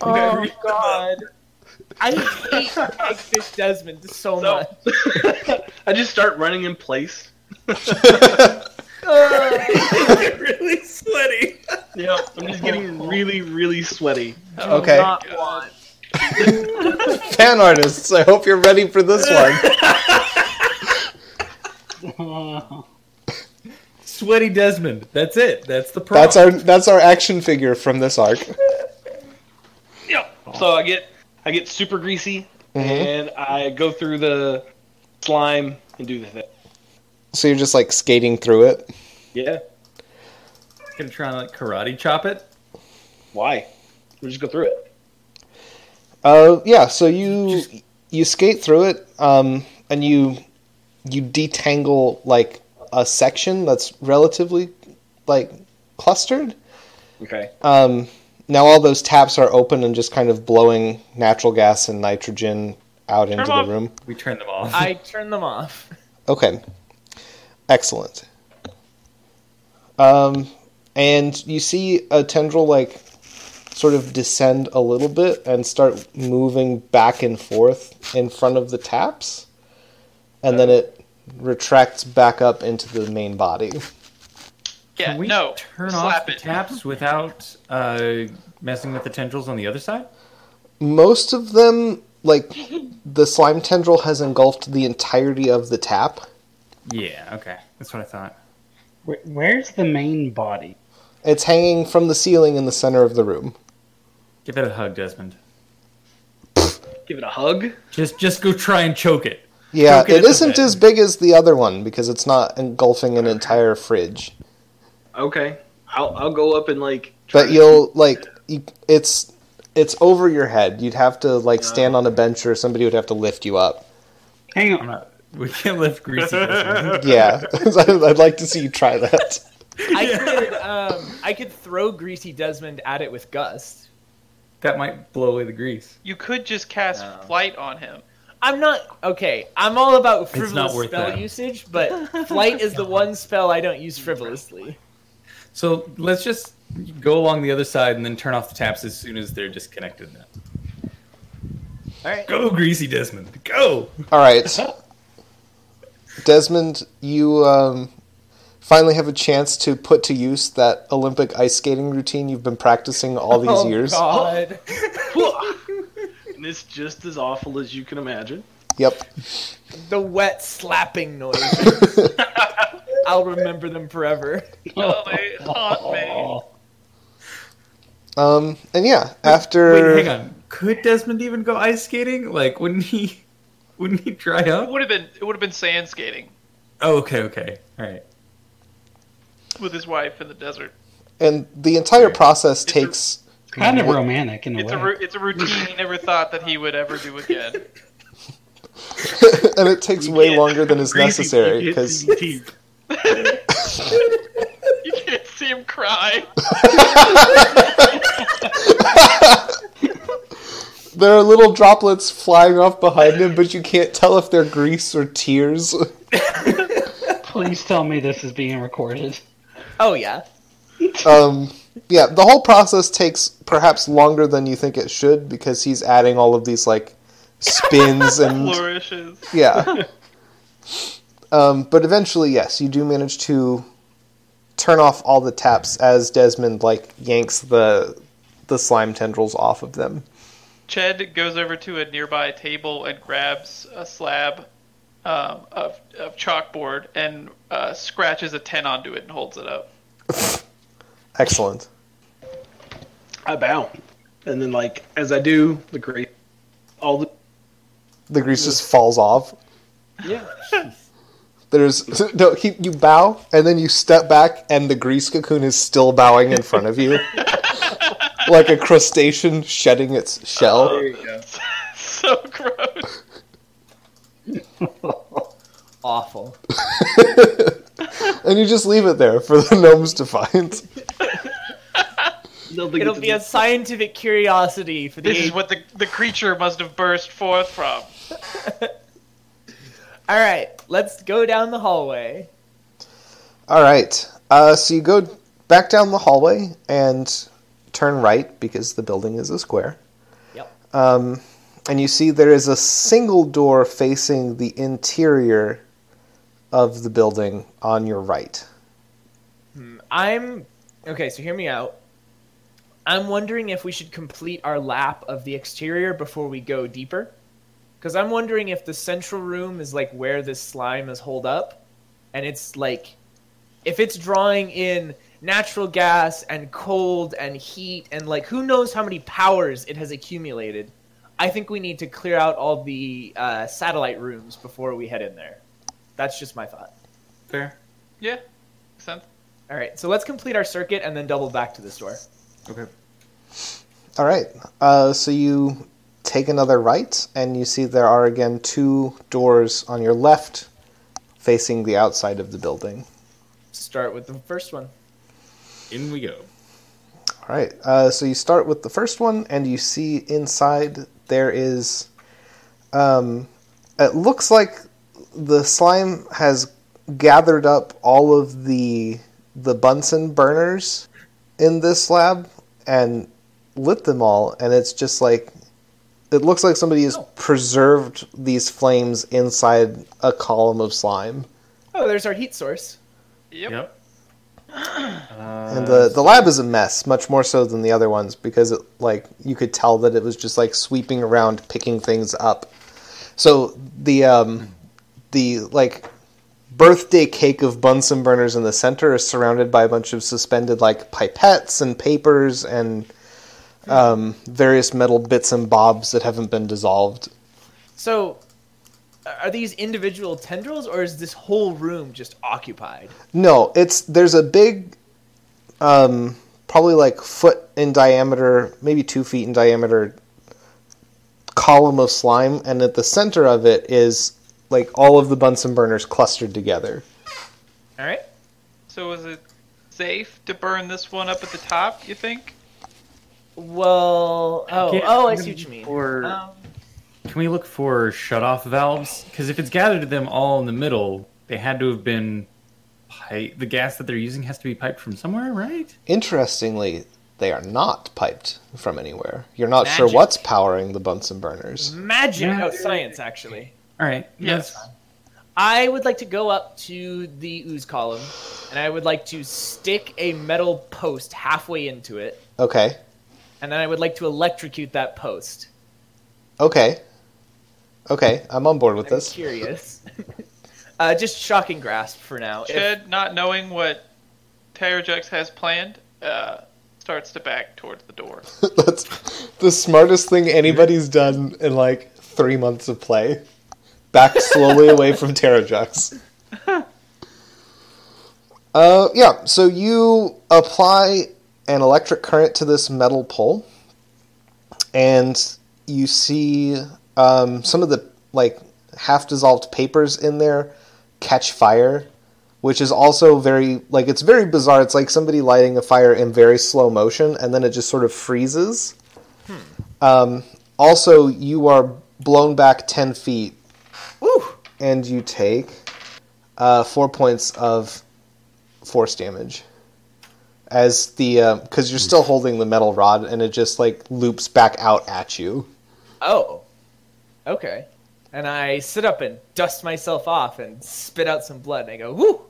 S2: Oh God, I hate Eggfish Desmond so, much.
S6: I just start running in place.
S2: Ugh.
S4: really sweaty.
S6: Yeah, I'm just getting really, really sweaty.
S1: okay.
S2: Not want.
S1: Fan artists, I hope you're ready for this one.
S4: Sweaty Desmond. That's it. That's the problem.
S1: That's our that's our action figure from this arc.
S6: Yeah. So I get I get super greasy
S1: Mm-hmm.
S6: and I go through the slime and do the thing.
S1: So you're just like skating through it.
S6: Yeah.
S4: gonna try and like karate chop it.
S6: Why? We just go through it.
S1: Uh, yeah. So you you skate through it, um, and you you detangle like a section that's relatively like clustered.
S6: Okay.
S1: Um, now all those taps are open and just kind of blowing natural gas and nitrogen out into the
S5: off.
S1: room.
S4: We turn them off.
S2: I turn them off.
S1: Okay. Excellent. Um, and you see a tendril like sort of descend a little bit and start moving back and forth in front of the taps, and then it retracts back up into the main body.
S5: yeah,
S4: Can we
S5: no.
S4: turn
S5: slap
S4: off the
S5: it.
S4: taps without uh, messing with the tendrils on the other side?
S1: Most of them, like the slime tendril, has engulfed the entirety of the tap.
S4: Yeah. Okay. That's what I thought.
S3: Where, where's the main body?
S1: It's hanging from the ceiling in the center of the room.
S4: Give it a hug, Desmond.
S6: Give it a hug.
S4: Just just go try and choke it.
S1: Yeah,
S4: Poke it at
S1: it
S4: the
S1: isn't
S4: bed.
S1: as big as the other one because it's not engulfing an entire fridge.
S6: Okay. I'll I'll go up and like try
S1: But
S6: to-
S1: you'll like you, it's it's over your head. You'd have to like stand on a bench or somebody would have to lift you up.
S3: Hang
S4: I'm
S3: on.
S4: not. We can't lift greasy. Desmond.
S1: Yeah, I'd like to see you try that.
S2: I could, um, I could throw Greasy Desmond at it with gust.
S4: that might blow away the grease.
S5: You could just cast flight on him.
S2: I'm not okay. I'm all about frivolous
S4: not worth
S2: spell
S4: that.
S2: usage, but flight is the one spell I don't use frivolously.
S4: So let's just go along the other side and then turn off the taps as soon as they're disconnected. Then.
S2: All right.
S4: Go, greasy Desmond. Go.
S1: All right, Desmond, you um, finally have a chance to put to use that Olympic ice skating routine you've been practicing all these
S2: oh
S1: years.
S2: God.
S6: and it's just as awful as you can imagine.
S1: Yep.
S2: The wet slapping noise. I'll remember them forever.
S5: Oh, they haunt me.
S1: Um, and yeah, after
S4: Wait, hang on. Could Desmond even go ice skating? Like, wouldn't he? Wouldn't he dry
S5: It
S4: up?
S5: would have been it would have been sand skating
S4: Oh, okay, okay, all right.
S5: with his wife in the desert.
S1: and the entire process
S5: It's a-
S1: takes
S3: Kind of romantic in a
S5: It's
S3: way.
S5: a ru- it's a routine he never thought that he would ever do again.
S1: and it takes way longer than is necessary because
S5: You can't see him cry.
S1: there are little droplets flying off behind him, but you can't tell if they're grease or tears.
S3: Please tell me this is being recorded.
S2: Oh yeah.
S1: Um, yeah, the whole process takes perhaps longer than you think it should because he's adding all of these like spins and
S5: Flourishes.
S1: yeah. Um, but eventually, yes, you do manage to turn off all the taps as Desmond like yanks the the slime tendrils off of them.
S5: Ched goes over to a nearby table and grabs a slab um, of, of chalkboard and uh, scratches a 10 onto it and holds it up.
S1: Excellent.
S6: I bow. And then like as I do, the great all the
S1: The grease just falls off.
S6: Yeah.
S1: There's no he, you bow and then you step back and the grease cocoon is still bowing in front of you. like a crustacean shedding its shell.
S6: There you go.
S5: so gross.
S2: Awful.
S1: and you just leave it there for the gnomes to find.
S6: They'll think
S2: It'll
S6: it's
S2: be a scientific curiosity for the.
S5: This
S2: age-
S5: is what the, the creature must have burst forth from.
S2: All right, let's go down the hallway.
S1: All right. Uh, so you go back down the hallway and turn right because the building is a square.
S2: Yep.
S1: Um, and you see there is a single door facing the interior of the building on your right.
S2: I'm okay. So hear me out. I'm wondering if we should complete our lap of the exterior before we go deeper, because I'm wondering if the central room is like where this slime is holed up, and it's like, if it's drawing in natural gas and cold and heat and like who knows how many powers it has accumulated. I think we need to clear out all the uh, satellite rooms before we head in there. That's just my thought.
S4: Fair.
S5: Yeah. Makes sense.
S2: All right, so let's complete our circuit and then double back to this door.
S4: Okay.
S1: All right. Uh, so you take another right, and you see there are again two doors on your left facing the outside of the building.
S2: Start with the first one.
S4: In we go.
S1: All right. Uh, so you start with the first one, and you see inside there is. Um, it looks like the slime has gathered up all of the the Bunsen burners in this lab and lit them all, and it's just like it looks like somebody has preserved these flames inside a column of slime.
S2: Oh, there's our heat source.
S5: Yep.
S4: Yep.
S1: And the, the lab is a mess, much more so than the other ones, because it, like you could tell that it was just like sweeping around, picking things up. So the um, the like birthday cake of Bunsen burners in the center is surrounded by a bunch of suspended like pipettes and papers and um, various metal bits and bobs that haven't been dissolved.
S2: So, are these individual tendrils, or is this whole room just occupied?
S1: No, it's there's a big, um, probably like foot in diameter, maybe two feet in diameter, column of slime, and at the center of it is like all of the Bunsen burners clustered together.
S2: All right.
S5: So is it safe to burn this one up at the top, you think?
S2: Well, oh,
S4: can't
S2: oh, I
S4: find
S2: see
S4: them
S2: what you mean.
S4: before-
S2: Um,
S4: Can we look for shut-off valves? Because if it's gathered them all in the middle, they had to have been. Pipe. The gas that they're using has to be piped from somewhere, right?
S1: Interestingly, they are not piped from anywhere. You're not sure
S2: Magic.
S1: what's powering the Bunsen burners.
S2: magic,
S4: Yeah.
S2: oh, science actually.
S4: All right.
S5: Yes.
S2: I would like to go up to the ooze column, and I would like to stick a metal post halfway into it,
S1: Okay,
S2: and then I would like to electrocute that post.
S1: okay, okay. I'm on board with
S2: I'm
S1: this.
S2: curious. uh, just shocking grasp for now. If-
S5: Chad, not knowing what Terrajex has planned, uh, starts to back towards the door.
S1: That's the smartest thing anybody's done in like three months of play. Back slowly away from Terrajux. Uh, yeah, so you apply an electric current to this metal pole, and you see um, some of the like half dissolved papers in there catch fire, which is also very like it's very bizarre. It's like somebody lighting a fire in very slow motion, and then it just sort of freezes. Um, also, you are blown back ten feet,
S2: Woo!
S1: and you take uh, four points of force damage. As the because you're still holding the metal rod, and it just like loops back out at you.
S2: Oh, okay. And I sit up and dust myself off and spit out some blood, and I go, "Woo!"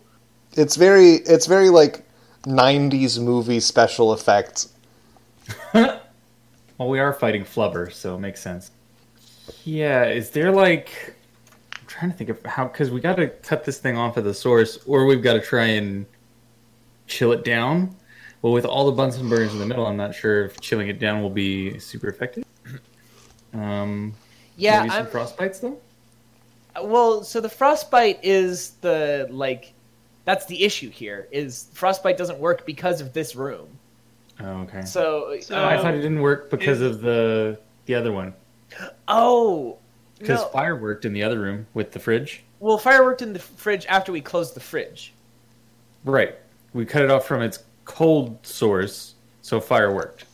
S1: It's very it's very like '90s movie special effects.
S4: Well, we are fighting Flubber, so it makes sense. Yeah, is there like. I'm trying to think of how. Because we got to cut this thing off at the source, or we've got to try and chill it down. Well, with all the Bunsen burners in the middle, I'm not sure if chilling it down will be super effective. Um,
S2: Yeah,
S4: maybe
S2: I'm,
S4: some frostbites, though?
S2: well, so the frostbite is the like, that's the issue here. Is frostbite doesn't work because of this room.
S4: Oh, okay. Oh,
S2: So,
S5: So-
S4: I
S2: uh,
S4: thought it didn't work because of the the other one.
S2: oh,
S4: Because
S2: no.
S4: fire worked in the other room with the fridge.
S2: well, fire worked in the fridge after we closed the fridge.
S4: Right. We cut it off from its cold source, so fire worked.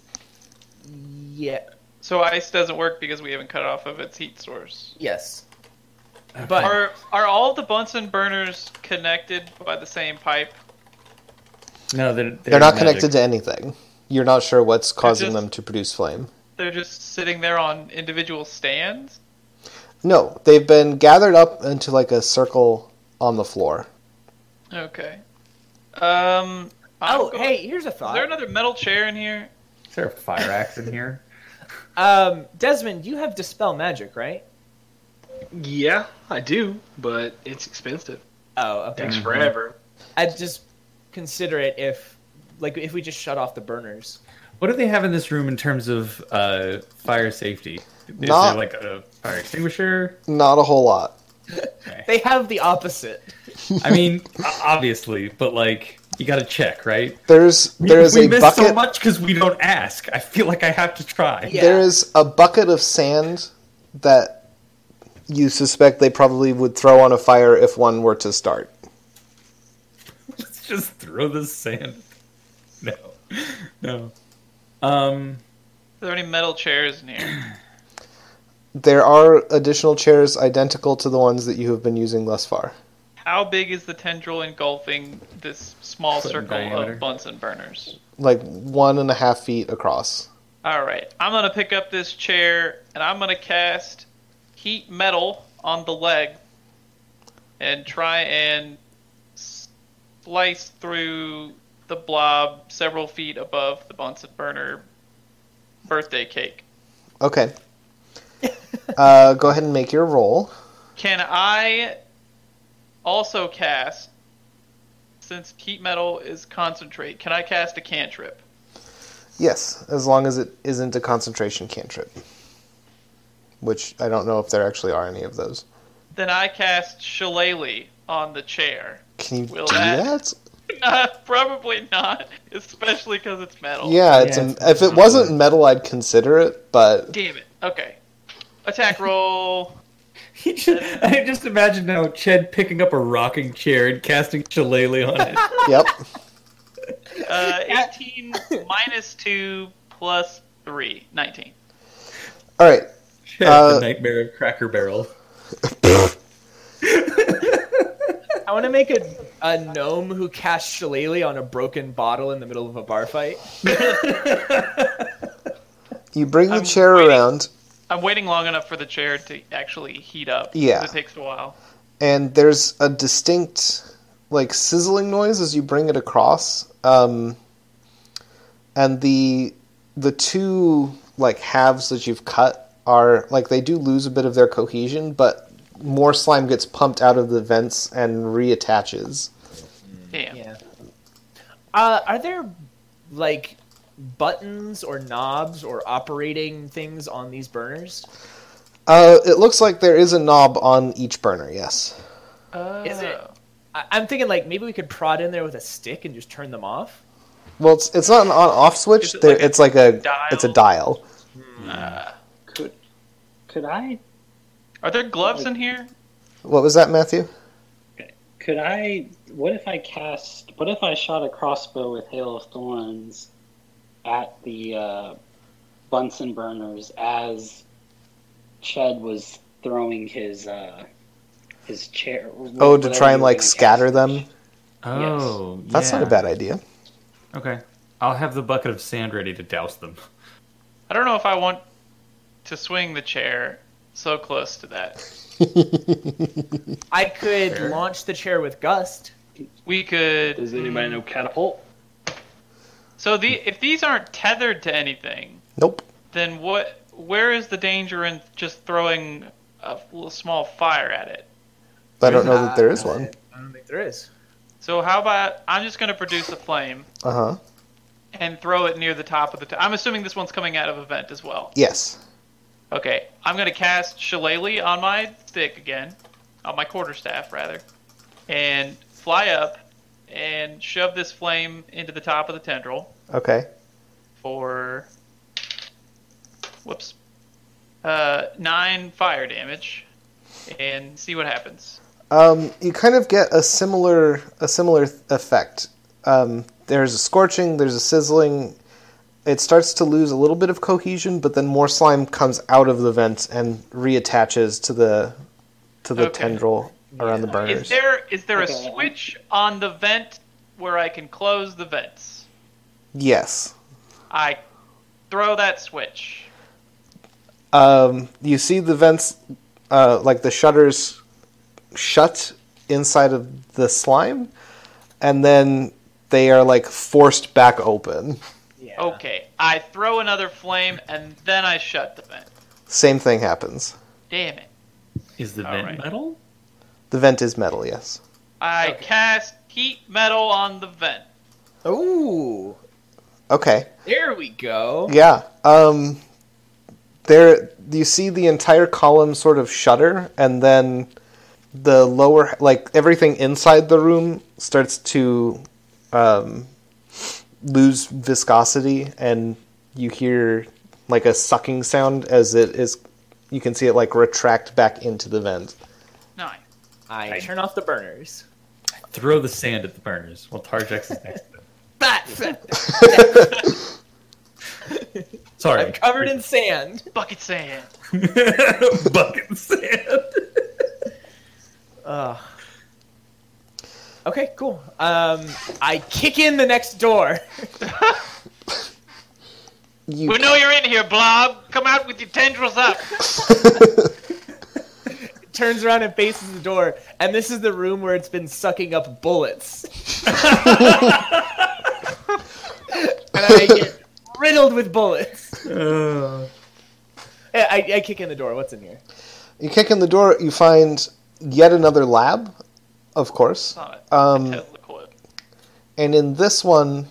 S2: Yeah.
S5: So ice doesn't work because we haven't cut off of its heat source.
S2: Yes. But
S5: Are are all the Bunsen burners connected by the same pipe?
S4: No, they're,
S1: They're not connected to anything. You're not sure what's causing
S5: just-
S1: them to produce flame.
S5: They're just sitting there on individual stands.
S1: No, they've been gathered up into like a circle on the floor.
S5: Okay. Um. I'm
S2: oh,
S5: go-
S2: hey, here's a
S5: Is
S2: thought.
S5: there another metal chair in here?
S4: Is there a fire axe in here?
S2: Um, Desmond, you have dispel magic, right?
S6: Yeah, I do, but it's expensive.
S2: Oh, okay.
S6: Takes forever.
S2: I'd just consider it if, like, if we just shut off the burners.
S4: What do they have in this room in terms of uh, fire safety? Is
S1: Not-
S4: there like a fire extinguisher?
S1: Not a whole lot.
S2: They have the opposite.
S4: I mean, o- obviously, but like you got to check, right?
S1: There's there is
S4: we
S1: a
S4: miss
S1: bucket.
S4: so much because we don't ask. I feel like I have to try.
S2: Yeah.
S1: There is a bucket of sand that you suspect they probably would throw on a fire if one were to start.
S4: Let's just throw the sand. No, no. Um,
S5: Are there any metal chairs in here?
S1: There are additional chairs identical to the ones that you have been using thus far.
S5: How big is the tendril engulfing this small
S4: Foot in
S5: circle
S4: diameter.
S5: of Bunsen burners?
S1: Like one and a half feet across.
S5: All right, I'm gonna pick up this chair and I'm gonna cast heat metal on the leg and try and slice through the blob several feet above the Bunsen burner birthday cake.
S1: Okay. uh, go ahead and make your roll.
S5: Can I also cast, since heat metal is concentrate, can I cast a cantrip?
S1: Yes, as long as it isn't a concentration cantrip. Which I don't know if there actually are any of those.
S5: Then I cast Shillelagh on the chair.
S1: Can you
S5: Will
S1: do
S5: that-
S1: that?
S5: Nah, probably not, especially because Oh, it's metal.
S1: Yeah, it's
S4: Yeah,
S1: a,
S4: it's
S1: if it
S4: not
S1: wasn't metal, I'd consider it, but
S5: Damn it. Okay. Attack roll.
S4: He just, I just imagine now Ched picking up a rocking chair and casting shillelagh on it.
S1: yep.
S5: Uh, 18 minus 2 plus 3. 19.
S1: All right.
S4: Ched,
S1: Uh,
S4: the nightmare of Cracker Barrel.
S2: I want to make a, a gnome who casts shillelagh on a broken bottle in the middle of a bar fight.
S1: You bring the
S5: I'm
S1: chair
S5: waiting.
S1: around,
S5: I'm waiting long enough for the chair to actually heat up. 'cause
S1: Yeah.
S5: It takes a while.
S1: and there's a distinct, like, sizzling noise as you bring it across. Um, and the the two like halves that you've cut are like they do lose a bit of their cohesion, but more slime gets pumped out of the vents and reattaches.
S5: Damn.
S2: Yeah. Uh, are there like buttons or knobs or operating things on these burners?
S1: Uh, it looks like there is a knob on each burner. Yes.
S5: Oh.
S2: Is it- I- I'm thinking like maybe we could prod in there with a stick and just turn them off.
S1: Well, it's it's not an on-off switch.
S5: Is it
S1: there,
S5: like a
S1: it's like a
S5: dial? Uh,
S1: it's a dial.
S3: Could, could I
S5: Are there gloves in here?
S1: What was that, Matthew?
S3: Could I? What if I cast? What if I shot a crossbow with hail of thorns at the uh, Bunsen burners as Ched was throwing his uh, his chair?
S1: Oh, to
S3: whatever
S1: try
S3: you
S1: and
S3: were
S1: like
S3: gonna
S1: scatter
S3: cast.
S1: them.
S4: Oh,
S1: That's not a
S4: yeah.
S1: bad idea.
S4: Okay, I'll have the bucket of sand ready to douse them.
S5: I don't know if I want to swing the chair so close to that.
S2: I could
S4: Fair.
S2: launch the chair with gust.
S5: We could.
S6: Does anybody know catapult?
S5: So the if these aren't tethered to anything,
S1: Nope.
S5: then what? Where is the danger in just throwing a little small fire at it?
S1: I don't know that there is one.
S2: I don't think there is.
S5: So how about I'm just going to produce a flame
S1: Uh huh.
S5: and throw it near the top of the. T- I'm assuming this one's coming out of a vent as well.
S1: Yes.
S5: Okay, I'm going to cast Shillelagh on my stick again, on my quarterstaff rather, and fly up and shove this flame into the top of the tendril.
S1: Okay.
S5: for whoops uh, nine fire damage and see what happens.
S1: um, you kind of get a similar a similar th- effect. Um, there's a scorching, there's a sizzling. It starts to lose a little bit of cohesion, but then more slime comes out of the vents and reattaches to the to the
S5: Okay.
S1: tendril around the
S5: Is
S1: burners.
S5: there is there
S3: Okay.
S5: a switch on the vent where I can close the vents?
S1: Yes.
S5: I throw that switch.
S1: Um, you see the vents, uh, like the shutters, shut inside of the slime, and then they are like forced back open.
S3: Yeah.
S5: Okay, I throw another flame and then I shut the vent.
S1: Same thing happens.
S5: Damn it!
S4: Is the
S5: All
S4: vent
S5: right.
S4: metal?
S1: The vent is metal, yes.
S5: I
S2: Okay.
S5: cast heat metal on the vent.
S2: Ooh,
S1: Okay.
S2: there we go.
S1: Yeah. Um, there, you see the entire column sort of shudder, and then the lower, like everything inside the room, starts to um, lose viscosity, and you hear like a sucking sound as it is. You can see it like retract back into the vent.
S5: Nine.
S2: I turn off the burners.
S4: Throw the sand at the burners while Tarjax is next to them.
S2: Bat,
S4: Sorry.
S2: I'm covered in sand.
S5: Bucket sand.
S4: bucket sand.
S2: Ugh. Okay, cool. Um, I kick in the next door.
S1: You
S5: We know you're in here, Blob. Come out with your tendrils up.
S2: turns around and faces the door, and this is the room where it's been sucking up bullets. and I get riddled with bullets. I, I, I kick in the door. What's in here?
S1: You kick in the door, you find yet another lab, of course.
S5: Son of a-
S1: Um,
S5: Tesla coil.
S1: and in this one,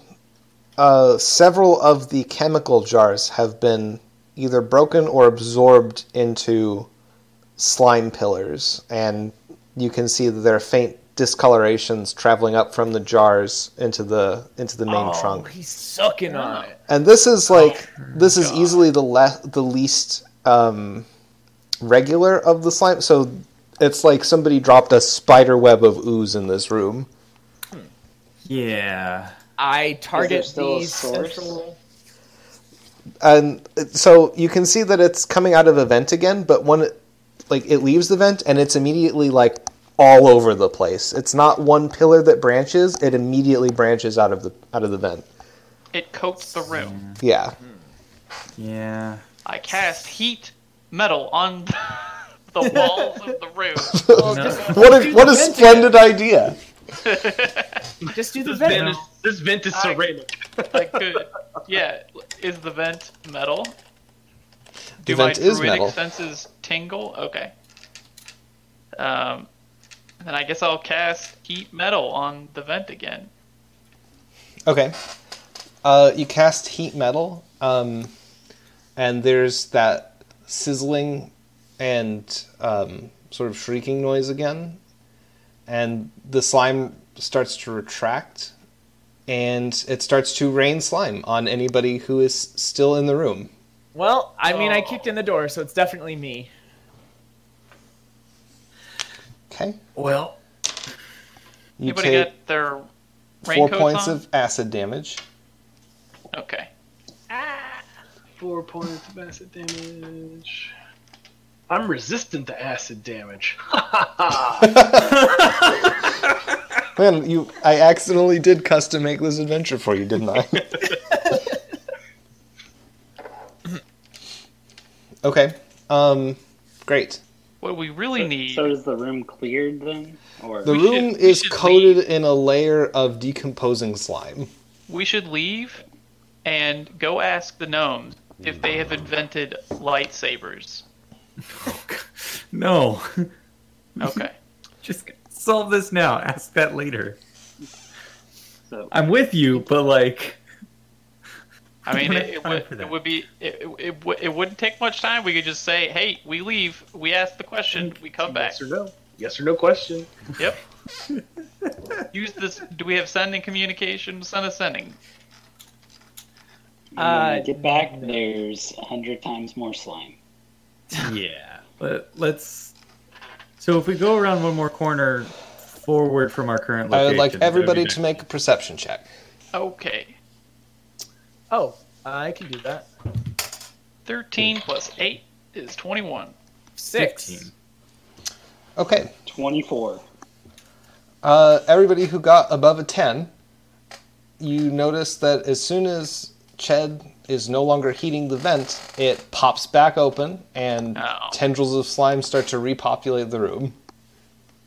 S1: uh, several of the chemical jars have been either broken or absorbed into slime pillars, and you can see that there are faint discolorations traveling up from the jars into the into the main
S2: oh,
S1: trunk.
S2: He's sucking on it.
S1: And this is like this is easily the le- the least um, regular of the slime. So it's like somebody dropped a spider web of ooze in this room.
S4: Yeah.
S2: I target
S3: still a
S2: these
S3: source?
S2: central.
S1: and so you can see that it's coming out of a vent again but when it, like it leaves the vent and it's immediately like all over the place it's not one pillar that branches it immediately branches out of the out of the vent
S5: It coats the room.
S1: yeah
S4: Yeah.
S5: I cast heat metal on the walls of the room.
S1: what a
S2: do
S1: what
S2: the
S1: a
S2: vent
S1: splendid idea
S2: Just do the
S6: This vent,
S2: vent.
S6: is, this vent is
S5: I-
S6: ceramic.
S5: I could. Yeah, is the vent metal? Do
S1: vent
S5: my
S1: is
S5: druidic
S1: metal.
S5: senses tingle? Okay. Um, then I guess I'll cast heat metal on the vent again.
S1: okay uh, you cast heat metal um, and there's that sizzling and um, sort of shrieking noise again and the slime starts to retract and it starts to rain slime on anybody who is still in the room.
S2: Well, I mean, I kicked in the door, so it's definitely me.
S1: Okay.
S4: Well,
S1: You
S5: Anybody
S1: take
S5: got their
S1: four
S5: raincoats
S1: points
S5: on?
S1: of acid damage.
S5: Okay.
S6: Four points of acid damage. I'm resistant to acid damage.
S1: Man, you I accidentally did custom make this adventure for you, didn't I? okay. Um great.
S5: What we really need.
S3: So is the room cleared then, or
S1: The
S5: We should-
S1: room
S5: we
S1: is
S5: should
S1: coated in a layer of decomposing slime.
S5: we should leave and go ask the gnomes if they have invented lightsabers.
S4: no.
S5: Okay.
S4: Just solve this now. Ask that later.
S3: so?
S4: I'm with you, but like,
S5: I mean, it, it,
S4: Time
S5: would,
S4: for that.
S5: it would be it, it, it, would- it wouldn't take much time. We could just say, "Hey, we leave. We ask the question. We come back."
S6: Yes or no? Yes or no question.
S5: Yep. Use this. Do we have sending communication? Send a sending.
S3: And when you
S2: Uh,
S3: get back, there's a hundred times more slime.
S4: yeah. Let, let's. So if we go around one more corner forward from our current
S1: I
S4: location,
S1: would like
S4: that'd be
S1: everybody
S4: nice.
S1: to make a perception check.
S5: Okay.
S2: Oh, I can do that.
S6: Hmm.
S5: 13 plus 8 is 21.
S2: Six.
S4: 15.
S1: Okay.
S3: Twenty-four.
S1: Uh, everybody who got above a 10, you notice that as soon as Ched is no longer heating the vent, it pops back open and
S6: Hmm.
S5: Ow.
S1: tendrils of slime start to repopulate the room.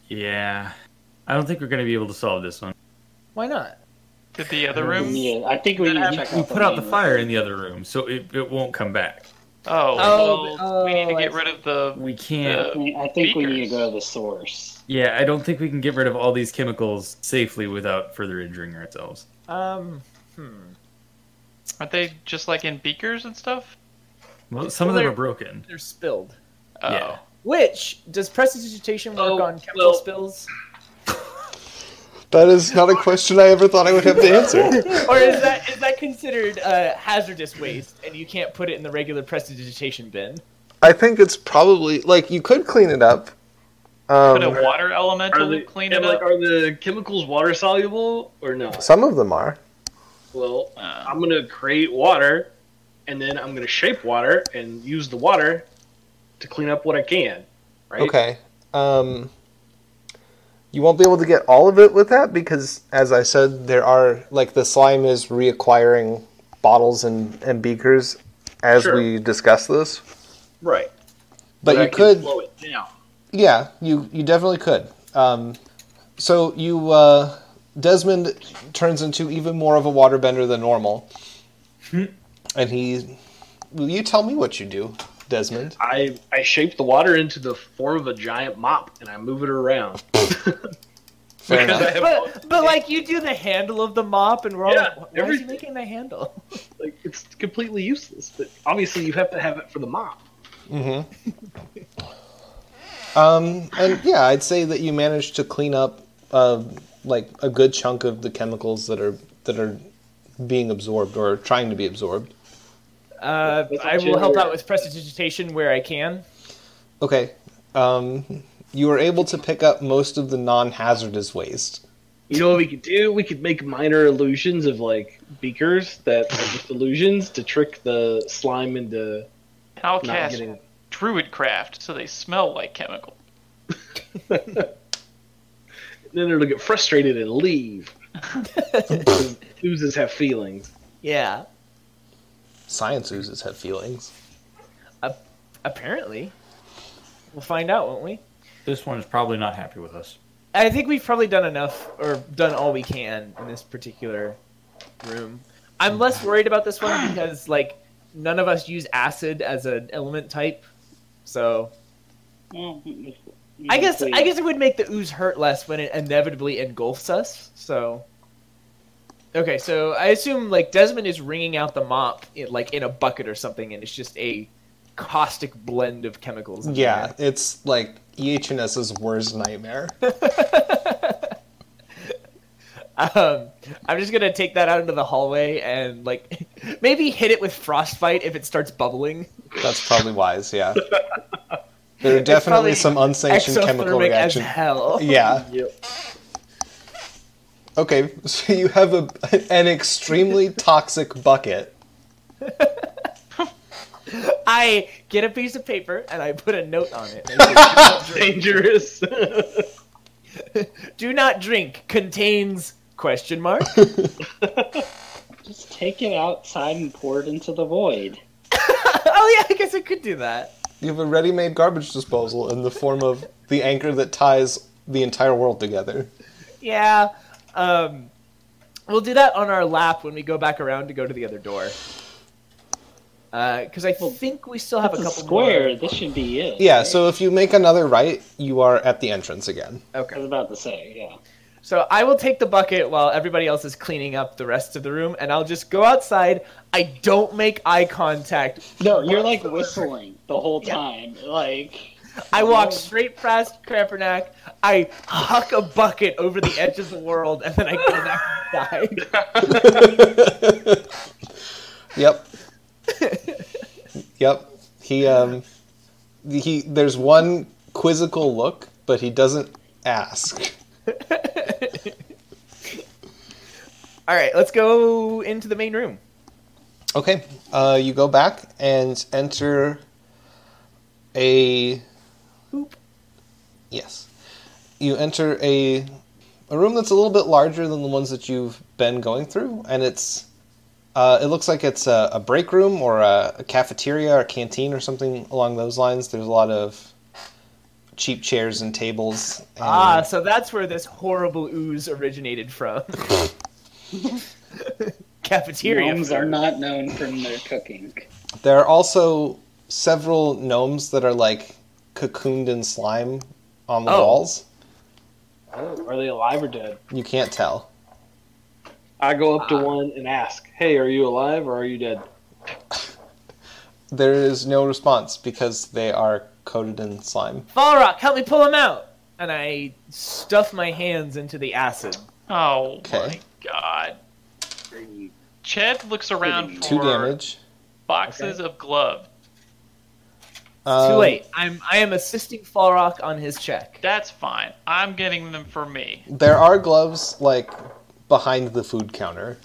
S4: Yeah. I don't think we're going to be able to solve this one.
S2: Why not?
S5: Did the other
S3: We
S5: room?
S3: need- I think we need to
S5: happened.
S3: check
S4: We
S3: out.
S4: put out the
S3: main
S4: fire
S3: room.
S4: in the other room, so it, it won't come back.
S5: Oh,
S2: Oh,
S5: well, we need to
S2: oh, I
S5: get rid of the.
S4: We can't.
S5: Yeah.
S3: I mean, I think we need to
S5: Beakers.
S3: go to the source.
S4: Yeah, I don't think we can get rid of all these chemicals safely without further injuring ourselves.
S2: Um,
S5: Aren't they just like in beakers and stuff?
S4: Well, some of them
S2: they're-
S4: are broken.
S2: they're spilled.
S5: Oh.
S4: Yeah.
S2: Which does prestidigitation work
S5: Oh,
S2: on chemical
S5: well-
S2: spills,
S1: That is not a question I ever thought I would have to answer.
S2: or is that is that considered uh, hazardous waste and you can't put it in the regular prestidigitation bin?
S1: I think it's probably like you could clean it up.
S5: Could a
S1: Um,
S5: water
S6: Are
S5: elemental
S6: they,
S5: clean
S6: and
S5: it up?
S6: like, are the chemicals water soluble or not?
S1: some of them are.
S6: Well,
S5: Uh.
S6: I'm gonna create water, and then I'm gonna shape water and use the water to clean up what I can. Right?
S1: Okay. Um, you won't be able to get all of it with that because, as I said, there are like the slime is reacquiring bottles and, and beakers as
S6: Sure.
S1: we discuss this.
S6: Right.
S1: But,
S6: I
S1: you
S6: can
S1: could,
S6: slow it down.
S1: yeah, you you definitely could. Um, so you, uh, Desmond turns into even more of a waterbender than normal, and he. Will you tell me what you do, Desmond?
S6: I I shape the water into the form of a giant mop, and I move it around.
S1: Fair
S6: Because I
S1: enough.
S6: have
S2: But but like you do the handle of the mop and we're all
S6: Yeah,
S2: like, why is he
S6: everything.
S2: making the handle?
S6: like it's completely useless. But obviously, you have to have it for the mop.
S1: Um, and yeah, I'd say that you managed to clean up uh, like a good chunk of the chemicals that are that are being absorbed or trying to be absorbed.
S2: Uh,
S6: That's
S2: I will help
S6: general-
S2: out with prestidigitation where I can.
S1: Okay, um, you were able to pick up most of the non-hazardous waste.
S6: You know what we could do? We could make minor illusions of like beakers that are just illusions to trick the slime into
S5: And I'll
S6: not
S5: cast
S6: getting.
S5: druid craft so they smell like chemical.
S6: Then it'll get frustrated and leave. Oozes have feelings.
S2: Yeah,
S1: Science oozes have feelings.
S2: apparently. We'll find out, won't we?
S4: This one is probably not happy with us.
S2: I think we've probably done enough or done all we can in this particular room. I'm less worried about this one because like none of us use acid as an element type. So
S3: Well, if-
S2: I guess
S3: if we-
S2: I guess it would make the ooze hurt less when it inevitably engulfs us. So okay, so I assume like Desmond is wringing out the mop in, like in a bucket or something, and it's just a caustic blend of chemicals. in
S1: Yeah,
S2: there.
S1: it's like E EHNS's worst nightmare.
S2: Um, I'm just gonna take that out into the hallway and like maybe hit it with frostbite if it starts bubbling.
S1: That's probably wise. Yeah, there are definitely
S2: probably
S1: some unsanctioned chemical
S2: Exothermic as
S1: reaction.
S2: hell.
S1: Yeah.
S6: Yep.
S1: Okay, so you have a an extremely toxic bucket.
S2: I get a piece of paper and I put a note on it.
S6: Dangerous.
S2: Do not drink contains question mark.
S3: Just take it outside and pour it into the void.
S2: oh yeah, I guess I could do that.
S1: You have a ready-made garbage disposal in the form of the anchor that ties the entire world together.
S2: Yeah. Um, we'll do that on our lap when we go back around to go to the other door. Because I think we still have a
S3: It's a
S2: couple
S3: square.
S2: More.
S3: This should be it.
S1: Yeah, so if you make another right, you are at the entrance again.
S3: I was
S2: Okay.
S3: about to say, yeah.
S2: So I will take the bucket while everybody else is cleaning up the rest of the room, and I'll just go outside. I don't make eye contact.
S3: No, you're like whistling the whole time. Like,
S2: I walk
S3: Yeah.
S2: straight past Krampernack. I huck a bucket over the edge of the world, and then I go back inside.
S1: yep. He um, he. There's one quizzical look, but he doesn't ask.
S2: All right, let's go into the main room.
S1: Okay, uh, you go back and enter a.
S2: Oop.
S1: Yes, you enter a a room that's a little bit larger than the ones that you've been going through, and it's uh, it looks like it's a, a break room or a, a cafeteria or a canteen or something along those lines. There's a lot of cheap chairs and tables. And
S2: Ah, so that's where this horrible ooze originated from. Cafeteria.
S3: Gnomes are not known from their cooking.
S1: There are also several gnomes that are like cocooned in slime on the
S2: Oh.
S1: walls.
S6: Oh, are they alive or dead?
S1: You can't tell.
S6: I go up to
S3: Uh,
S6: one and ask, "Hey, are you alive or are you dead?"
S1: There is no response because they are coated in slime.
S2: Falrock, help me pull him out. And I stuff my hands into the acid.
S5: Oh
S1: Okay.
S5: my god. Chad looks around
S1: Two
S5: for
S1: damage.
S5: boxes of gloves.
S1: Um,
S2: Too late. I'm I am assisting Falrock on his check.
S5: That's fine. I'm getting them for me.
S1: There are gloves like behind the food counter.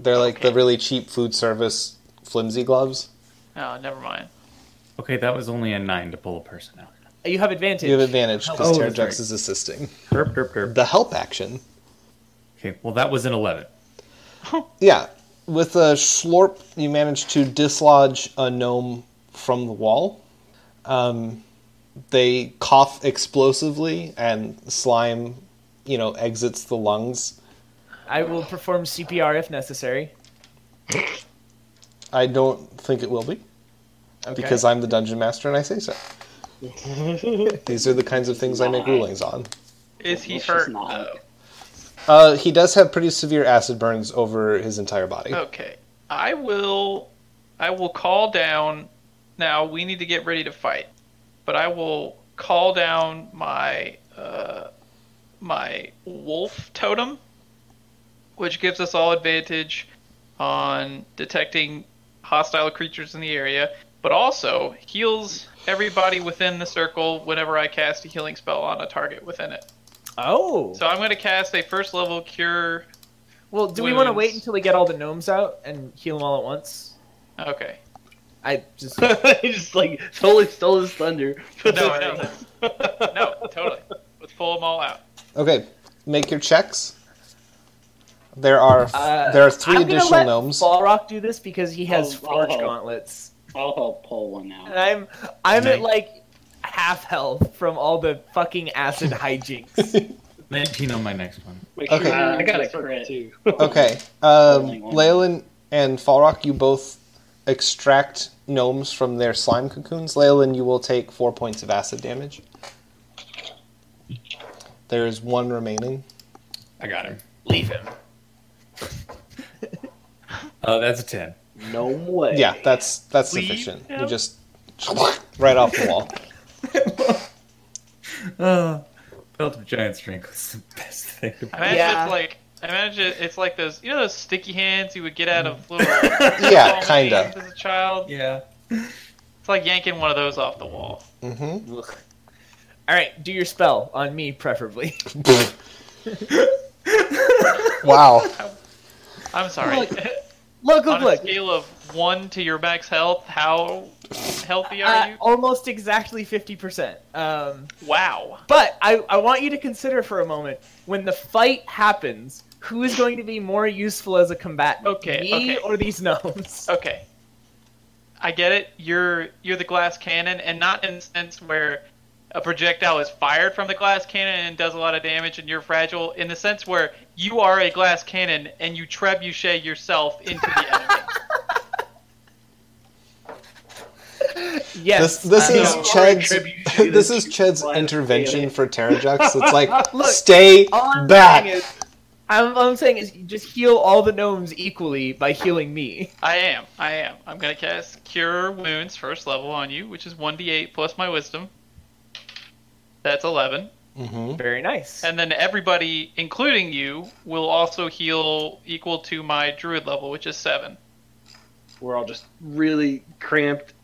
S1: They're like the really cheap food service flimsy gloves.
S5: Oh, never mind.
S4: Okay, that was only a nine to pull a person out.
S2: You have advantage.
S1: You have advantage because
S4: Oh,
S1: Terrajex
S4: that's right.
S1: is assisting.
S4: Derp, derp, derp.
S1: The help action.
S4: Okay, well, that was an 11.
S1: Yeah, with a slorp, you manage to dislodge a gnome from the wall. Um, they cough explosively, and slime, you know, exits the lungs.
S2: I will perform CPR if necessary.
S1: I don't think it will be
S2: Okay.
S1: because I'm the dungeon master and I say so. These are the kinds of things I make rulings on.
S5: Is he
S3: Let's just
S5: hurt?
S3: not.
S5: though?
S1: Uh, he does have pretty severe acid burns over his entire body.
S5: Oh, Okay. I will I will call down now we need to get ready to fight. But I will call down my uh my wolf totem which gives us all advantage on detecting hostile creatures in the area, but also heals everybody within the circle whenever I cast a healing spell on a target within it.
S2: Oh.
S5: So I'm going to cast a first level cure.
S2: well, do we want to
S5: wounds.
S2: wait until we get all the gnomes out and heal them all at once?
S5: Okay.
S2: I just
S6: he just like totally stole his thunder.
S5: No, I know. No, totally. Let's pull them all out.
S1: Okay, make your checks. There are
S2: Uh,
S1: there are 3
S2: I'm
S1: additional
S2: gonna let
S1: gnomes.
S2: Balrock do this because he has
S3: Oh,
S2: forge
S3: oh.
S2: gauntlets,
S3: I'll help pull one
S2: and
S3: out.
S2: I'm I'm at
S4: Nice.
S2: like half health from all the fucking acid hijinks.
S4: 19 on my next one.
S6: Make
S1: Okay.
S3: Uh, I got a
S6: that's
S3: crit.
S6: too.
S1: Okay. Um,
S3: Only one.
S1: Leyland and Falrock, you both extract gnomes from their slime cocoons. Leyland, you will take four points of acid damage. There is one remaining.
S4: I got him.
S2: Leave him.
S4: Oh, that's a 10.
S6: No way.
S1: Yeah, that's that's
S5: Leave
S1: sufficient. You
S5: him?
S1: just right off the wall.
S4: Uh, Belt of Giant Strength was the best thing to
S5: I imagine
S2: Yeah.
S5: it's like I imagine it's like those you know those sticky hands you would get out of little
S1: Yeah,
S5: small
S1: kinda.
S5: hands as a child.
S4: Yeah.
S5: It's like yanking one of those off the wall.
S1: Mm-hmm.
S2: All right, do your spell on me, preferably.
S1: wow.
S5: I'm sorry.
S2: Look, Look, look,
S5: On a
S2: look.
S5: scale of one to your max health, how healthy are
S2: Uh,
S5: you?
S2: almost exactly 50%. Um,
S5: Wow.
S2: but I, I want you to consider for a moment when the fight happens, who is going to be more useful as a combatant?
S5: Okay,
S2: Me
S5: okay.
S2: or these gnomes?
S5: Okay. I get it. You're you're the glass cannon, and not in the sense where a projectile is fired from the glass cannon and does a lot of damage, and you're fragile. In the sense where you are a glass cannon and you trebuchet yourself into the enemy.
S2: Yes.
S1: This this
S2: uh,
S1: is
S2: no.
S1: Ched's
S6: Retribution
S1: this
S6: is
S1: is Ched's
S6: why I
S1: intervention
S6: failed.
S1: for Terrajux. It's like
S2: Look,
S1: stay
S2: all I'm
S1: back.
S2: saying is- I'm, all I'm saying is you just heal all the gnomes equally by healing me.
S5: I am. I am. I'm gonna cast Cure Wounds first level on you, which is 1d8 plus my Wisdom. That's 11.
S1: Mhm.
S2: Very nice.
S5: And then everybody, including you, will also heal equal to my Druid level, which is 7.
S6: We're all just really cramped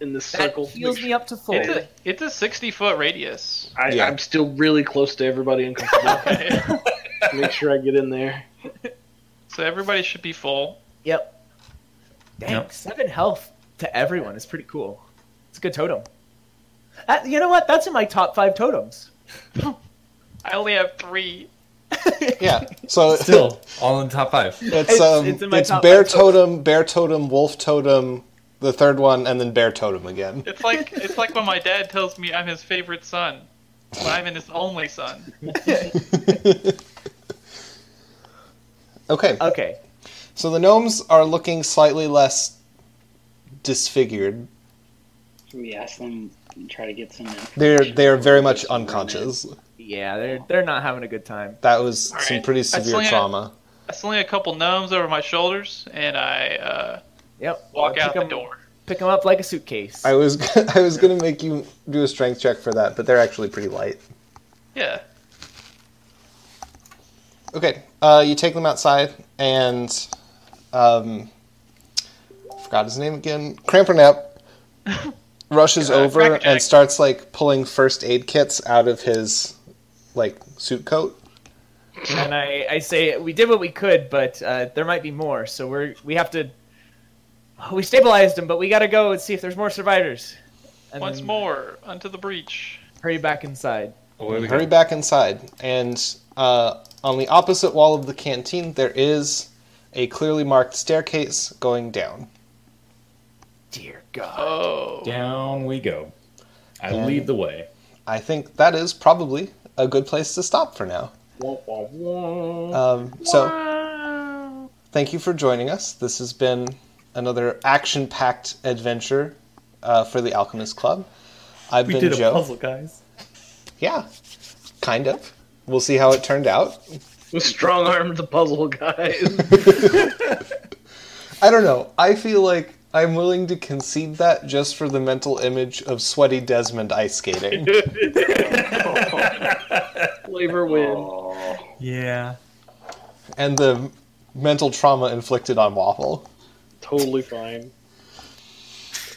S6: in this
S2: That
S6: circle.
S2: heals me up to full.
S5: It's a it's a sixty foot radius.
S6: I,
S1: Yeah.
S6: I'm still really close to everybody and make sure I get in there.
S5: so everybody should be full.
S2: Yep. Dang,
S4: Yep.
S2: seven health to everyone is pretty cool. It's a good totem. That, you know what? That's in my top five totems.
S5: I only have three.
S1: Yeah. So
S4: Still, all in the top five.
S1: it's
S2: It's-
S1: um it's,
S2: it's in my top
S1: bear
S2: five totems.
S1: totem, bear totem, wolf totem, the third one, and then bear totem again.
S5: It's like it's like when my dad tells me I'm his favorite son. But I'm his only son.
S1: Okay.
S2: Okay.
S1: So the gnomes are looking slightly less disfigured.
S3: Can we ask them and try to get some?
S1: They're
S3: information
S1: they are very
S3: on
S1: much
S3: this environment?
S1: unconscious.
S2: Yeah, they're they're not having a good time.
S1: That was
S5: All
S1: some
S5: right.
S1: pretty
S5: I
S1: severe
S5: sling it.
S1: trauma.
S5: I sling a couple gnomes over my shoulders and I uh,
S2: Yep.
S5: walk
S2: Pick
S5: out the
S2: 'em-
S5: door.
S2: Pick them up like a suitcase.
S1: I was I was gonna make you do a strength check for that, but they're actually pretty light.
S5: Yeah.
S1: Okay, uh, you take them outside, and um, forgot his name again. Krampernap rushes
S5: Uh,
S1: over
S5: Crackerjack.
S1: and starts like pulling first aid kits out of his like suit coat.
S2: and I, I say we did what we could, but uh, there might be more. So we're we have to. We stabilized them, but we gotta go and see if there's more survivors. And
S5: Once
S2: then
S5: more, unto the breach.
S2: hurry back inside.
S4: Away we
S1: Hurry
S4: go.
S1: back inside, and uh, on the opposite wall of the canteen, there is a clearly marked staircase going down.
S2: Dear God.
S5: Oh.
S4: Down we go. I
S1: And-
S4: lead the way.
S1: I think that is probably a good place to stop for now.
S6: Wah, wah, wah.
S1: Um, so, thank you for joining us. This has been another action packed adventure uh, for the Alchemist Club. I've
S4: We
S1: been
S4: did a
S1: Joe.
S4: puzzle, guys.
S1: Yeah, kind of. We'll see how it turned out.
S6: Strong arm the puzzle, guys.
S1: I don't know. I feel like I'm willing to concede that just for the mental image of sweaty Desmond ice skating.
S6: Flavor win.
S3: Oh,
S4: Yeah.
S1: and the mental trauma inflicted on Waffle.
S6: Totally fine.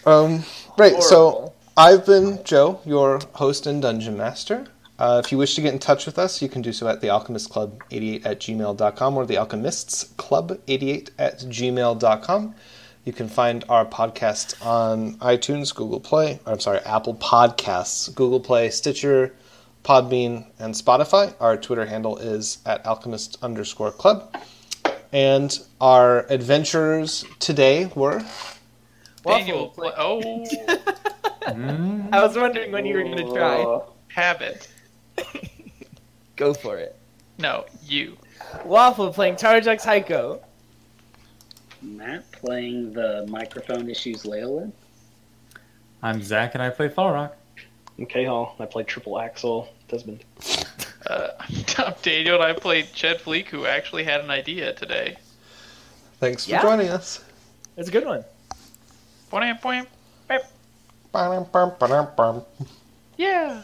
S1: Um, right, so
S2: Horrible.
S1: I've been Joe, your host and dungeon master. Uh, if you wish to get in touch with us, you can do so at thealchemistclub88 at gmail.com or thealchemistsclub88 at gmail.com. You can find our podcast on iTunes, Google Play, or I'm sorry, Apple Podcasts, Google Play, Stitcher, Podbean, and Spotify. Our Twitter handle is at alchemist underscore club. And our adventurers today were
S5: Daniel, pla- oh,
S4: Hmm.
S2: I was wondering when you were gonna try.
S6: Uh,
S5: habit.
S2: Go for it.
S5: No, you.
S2: Waffle playing Tarjax Heiko.
S3: Matt playing the microphone issues Leyland.
S4: I'm Zach, and I play Fall Rock.
S6: Okay, Hall. I play triple axel. Desmond.
S5: Uh, I'm Daniel, and I played Chet Fleek, who actually had an idea today.
S1: Thanks for
S2: Yeah.
S1: joining us.
S2: That's a good one.
S5: Boing, boing.
S1: Ba-dum, bum, ba-dum, bum.
S5: Yeah.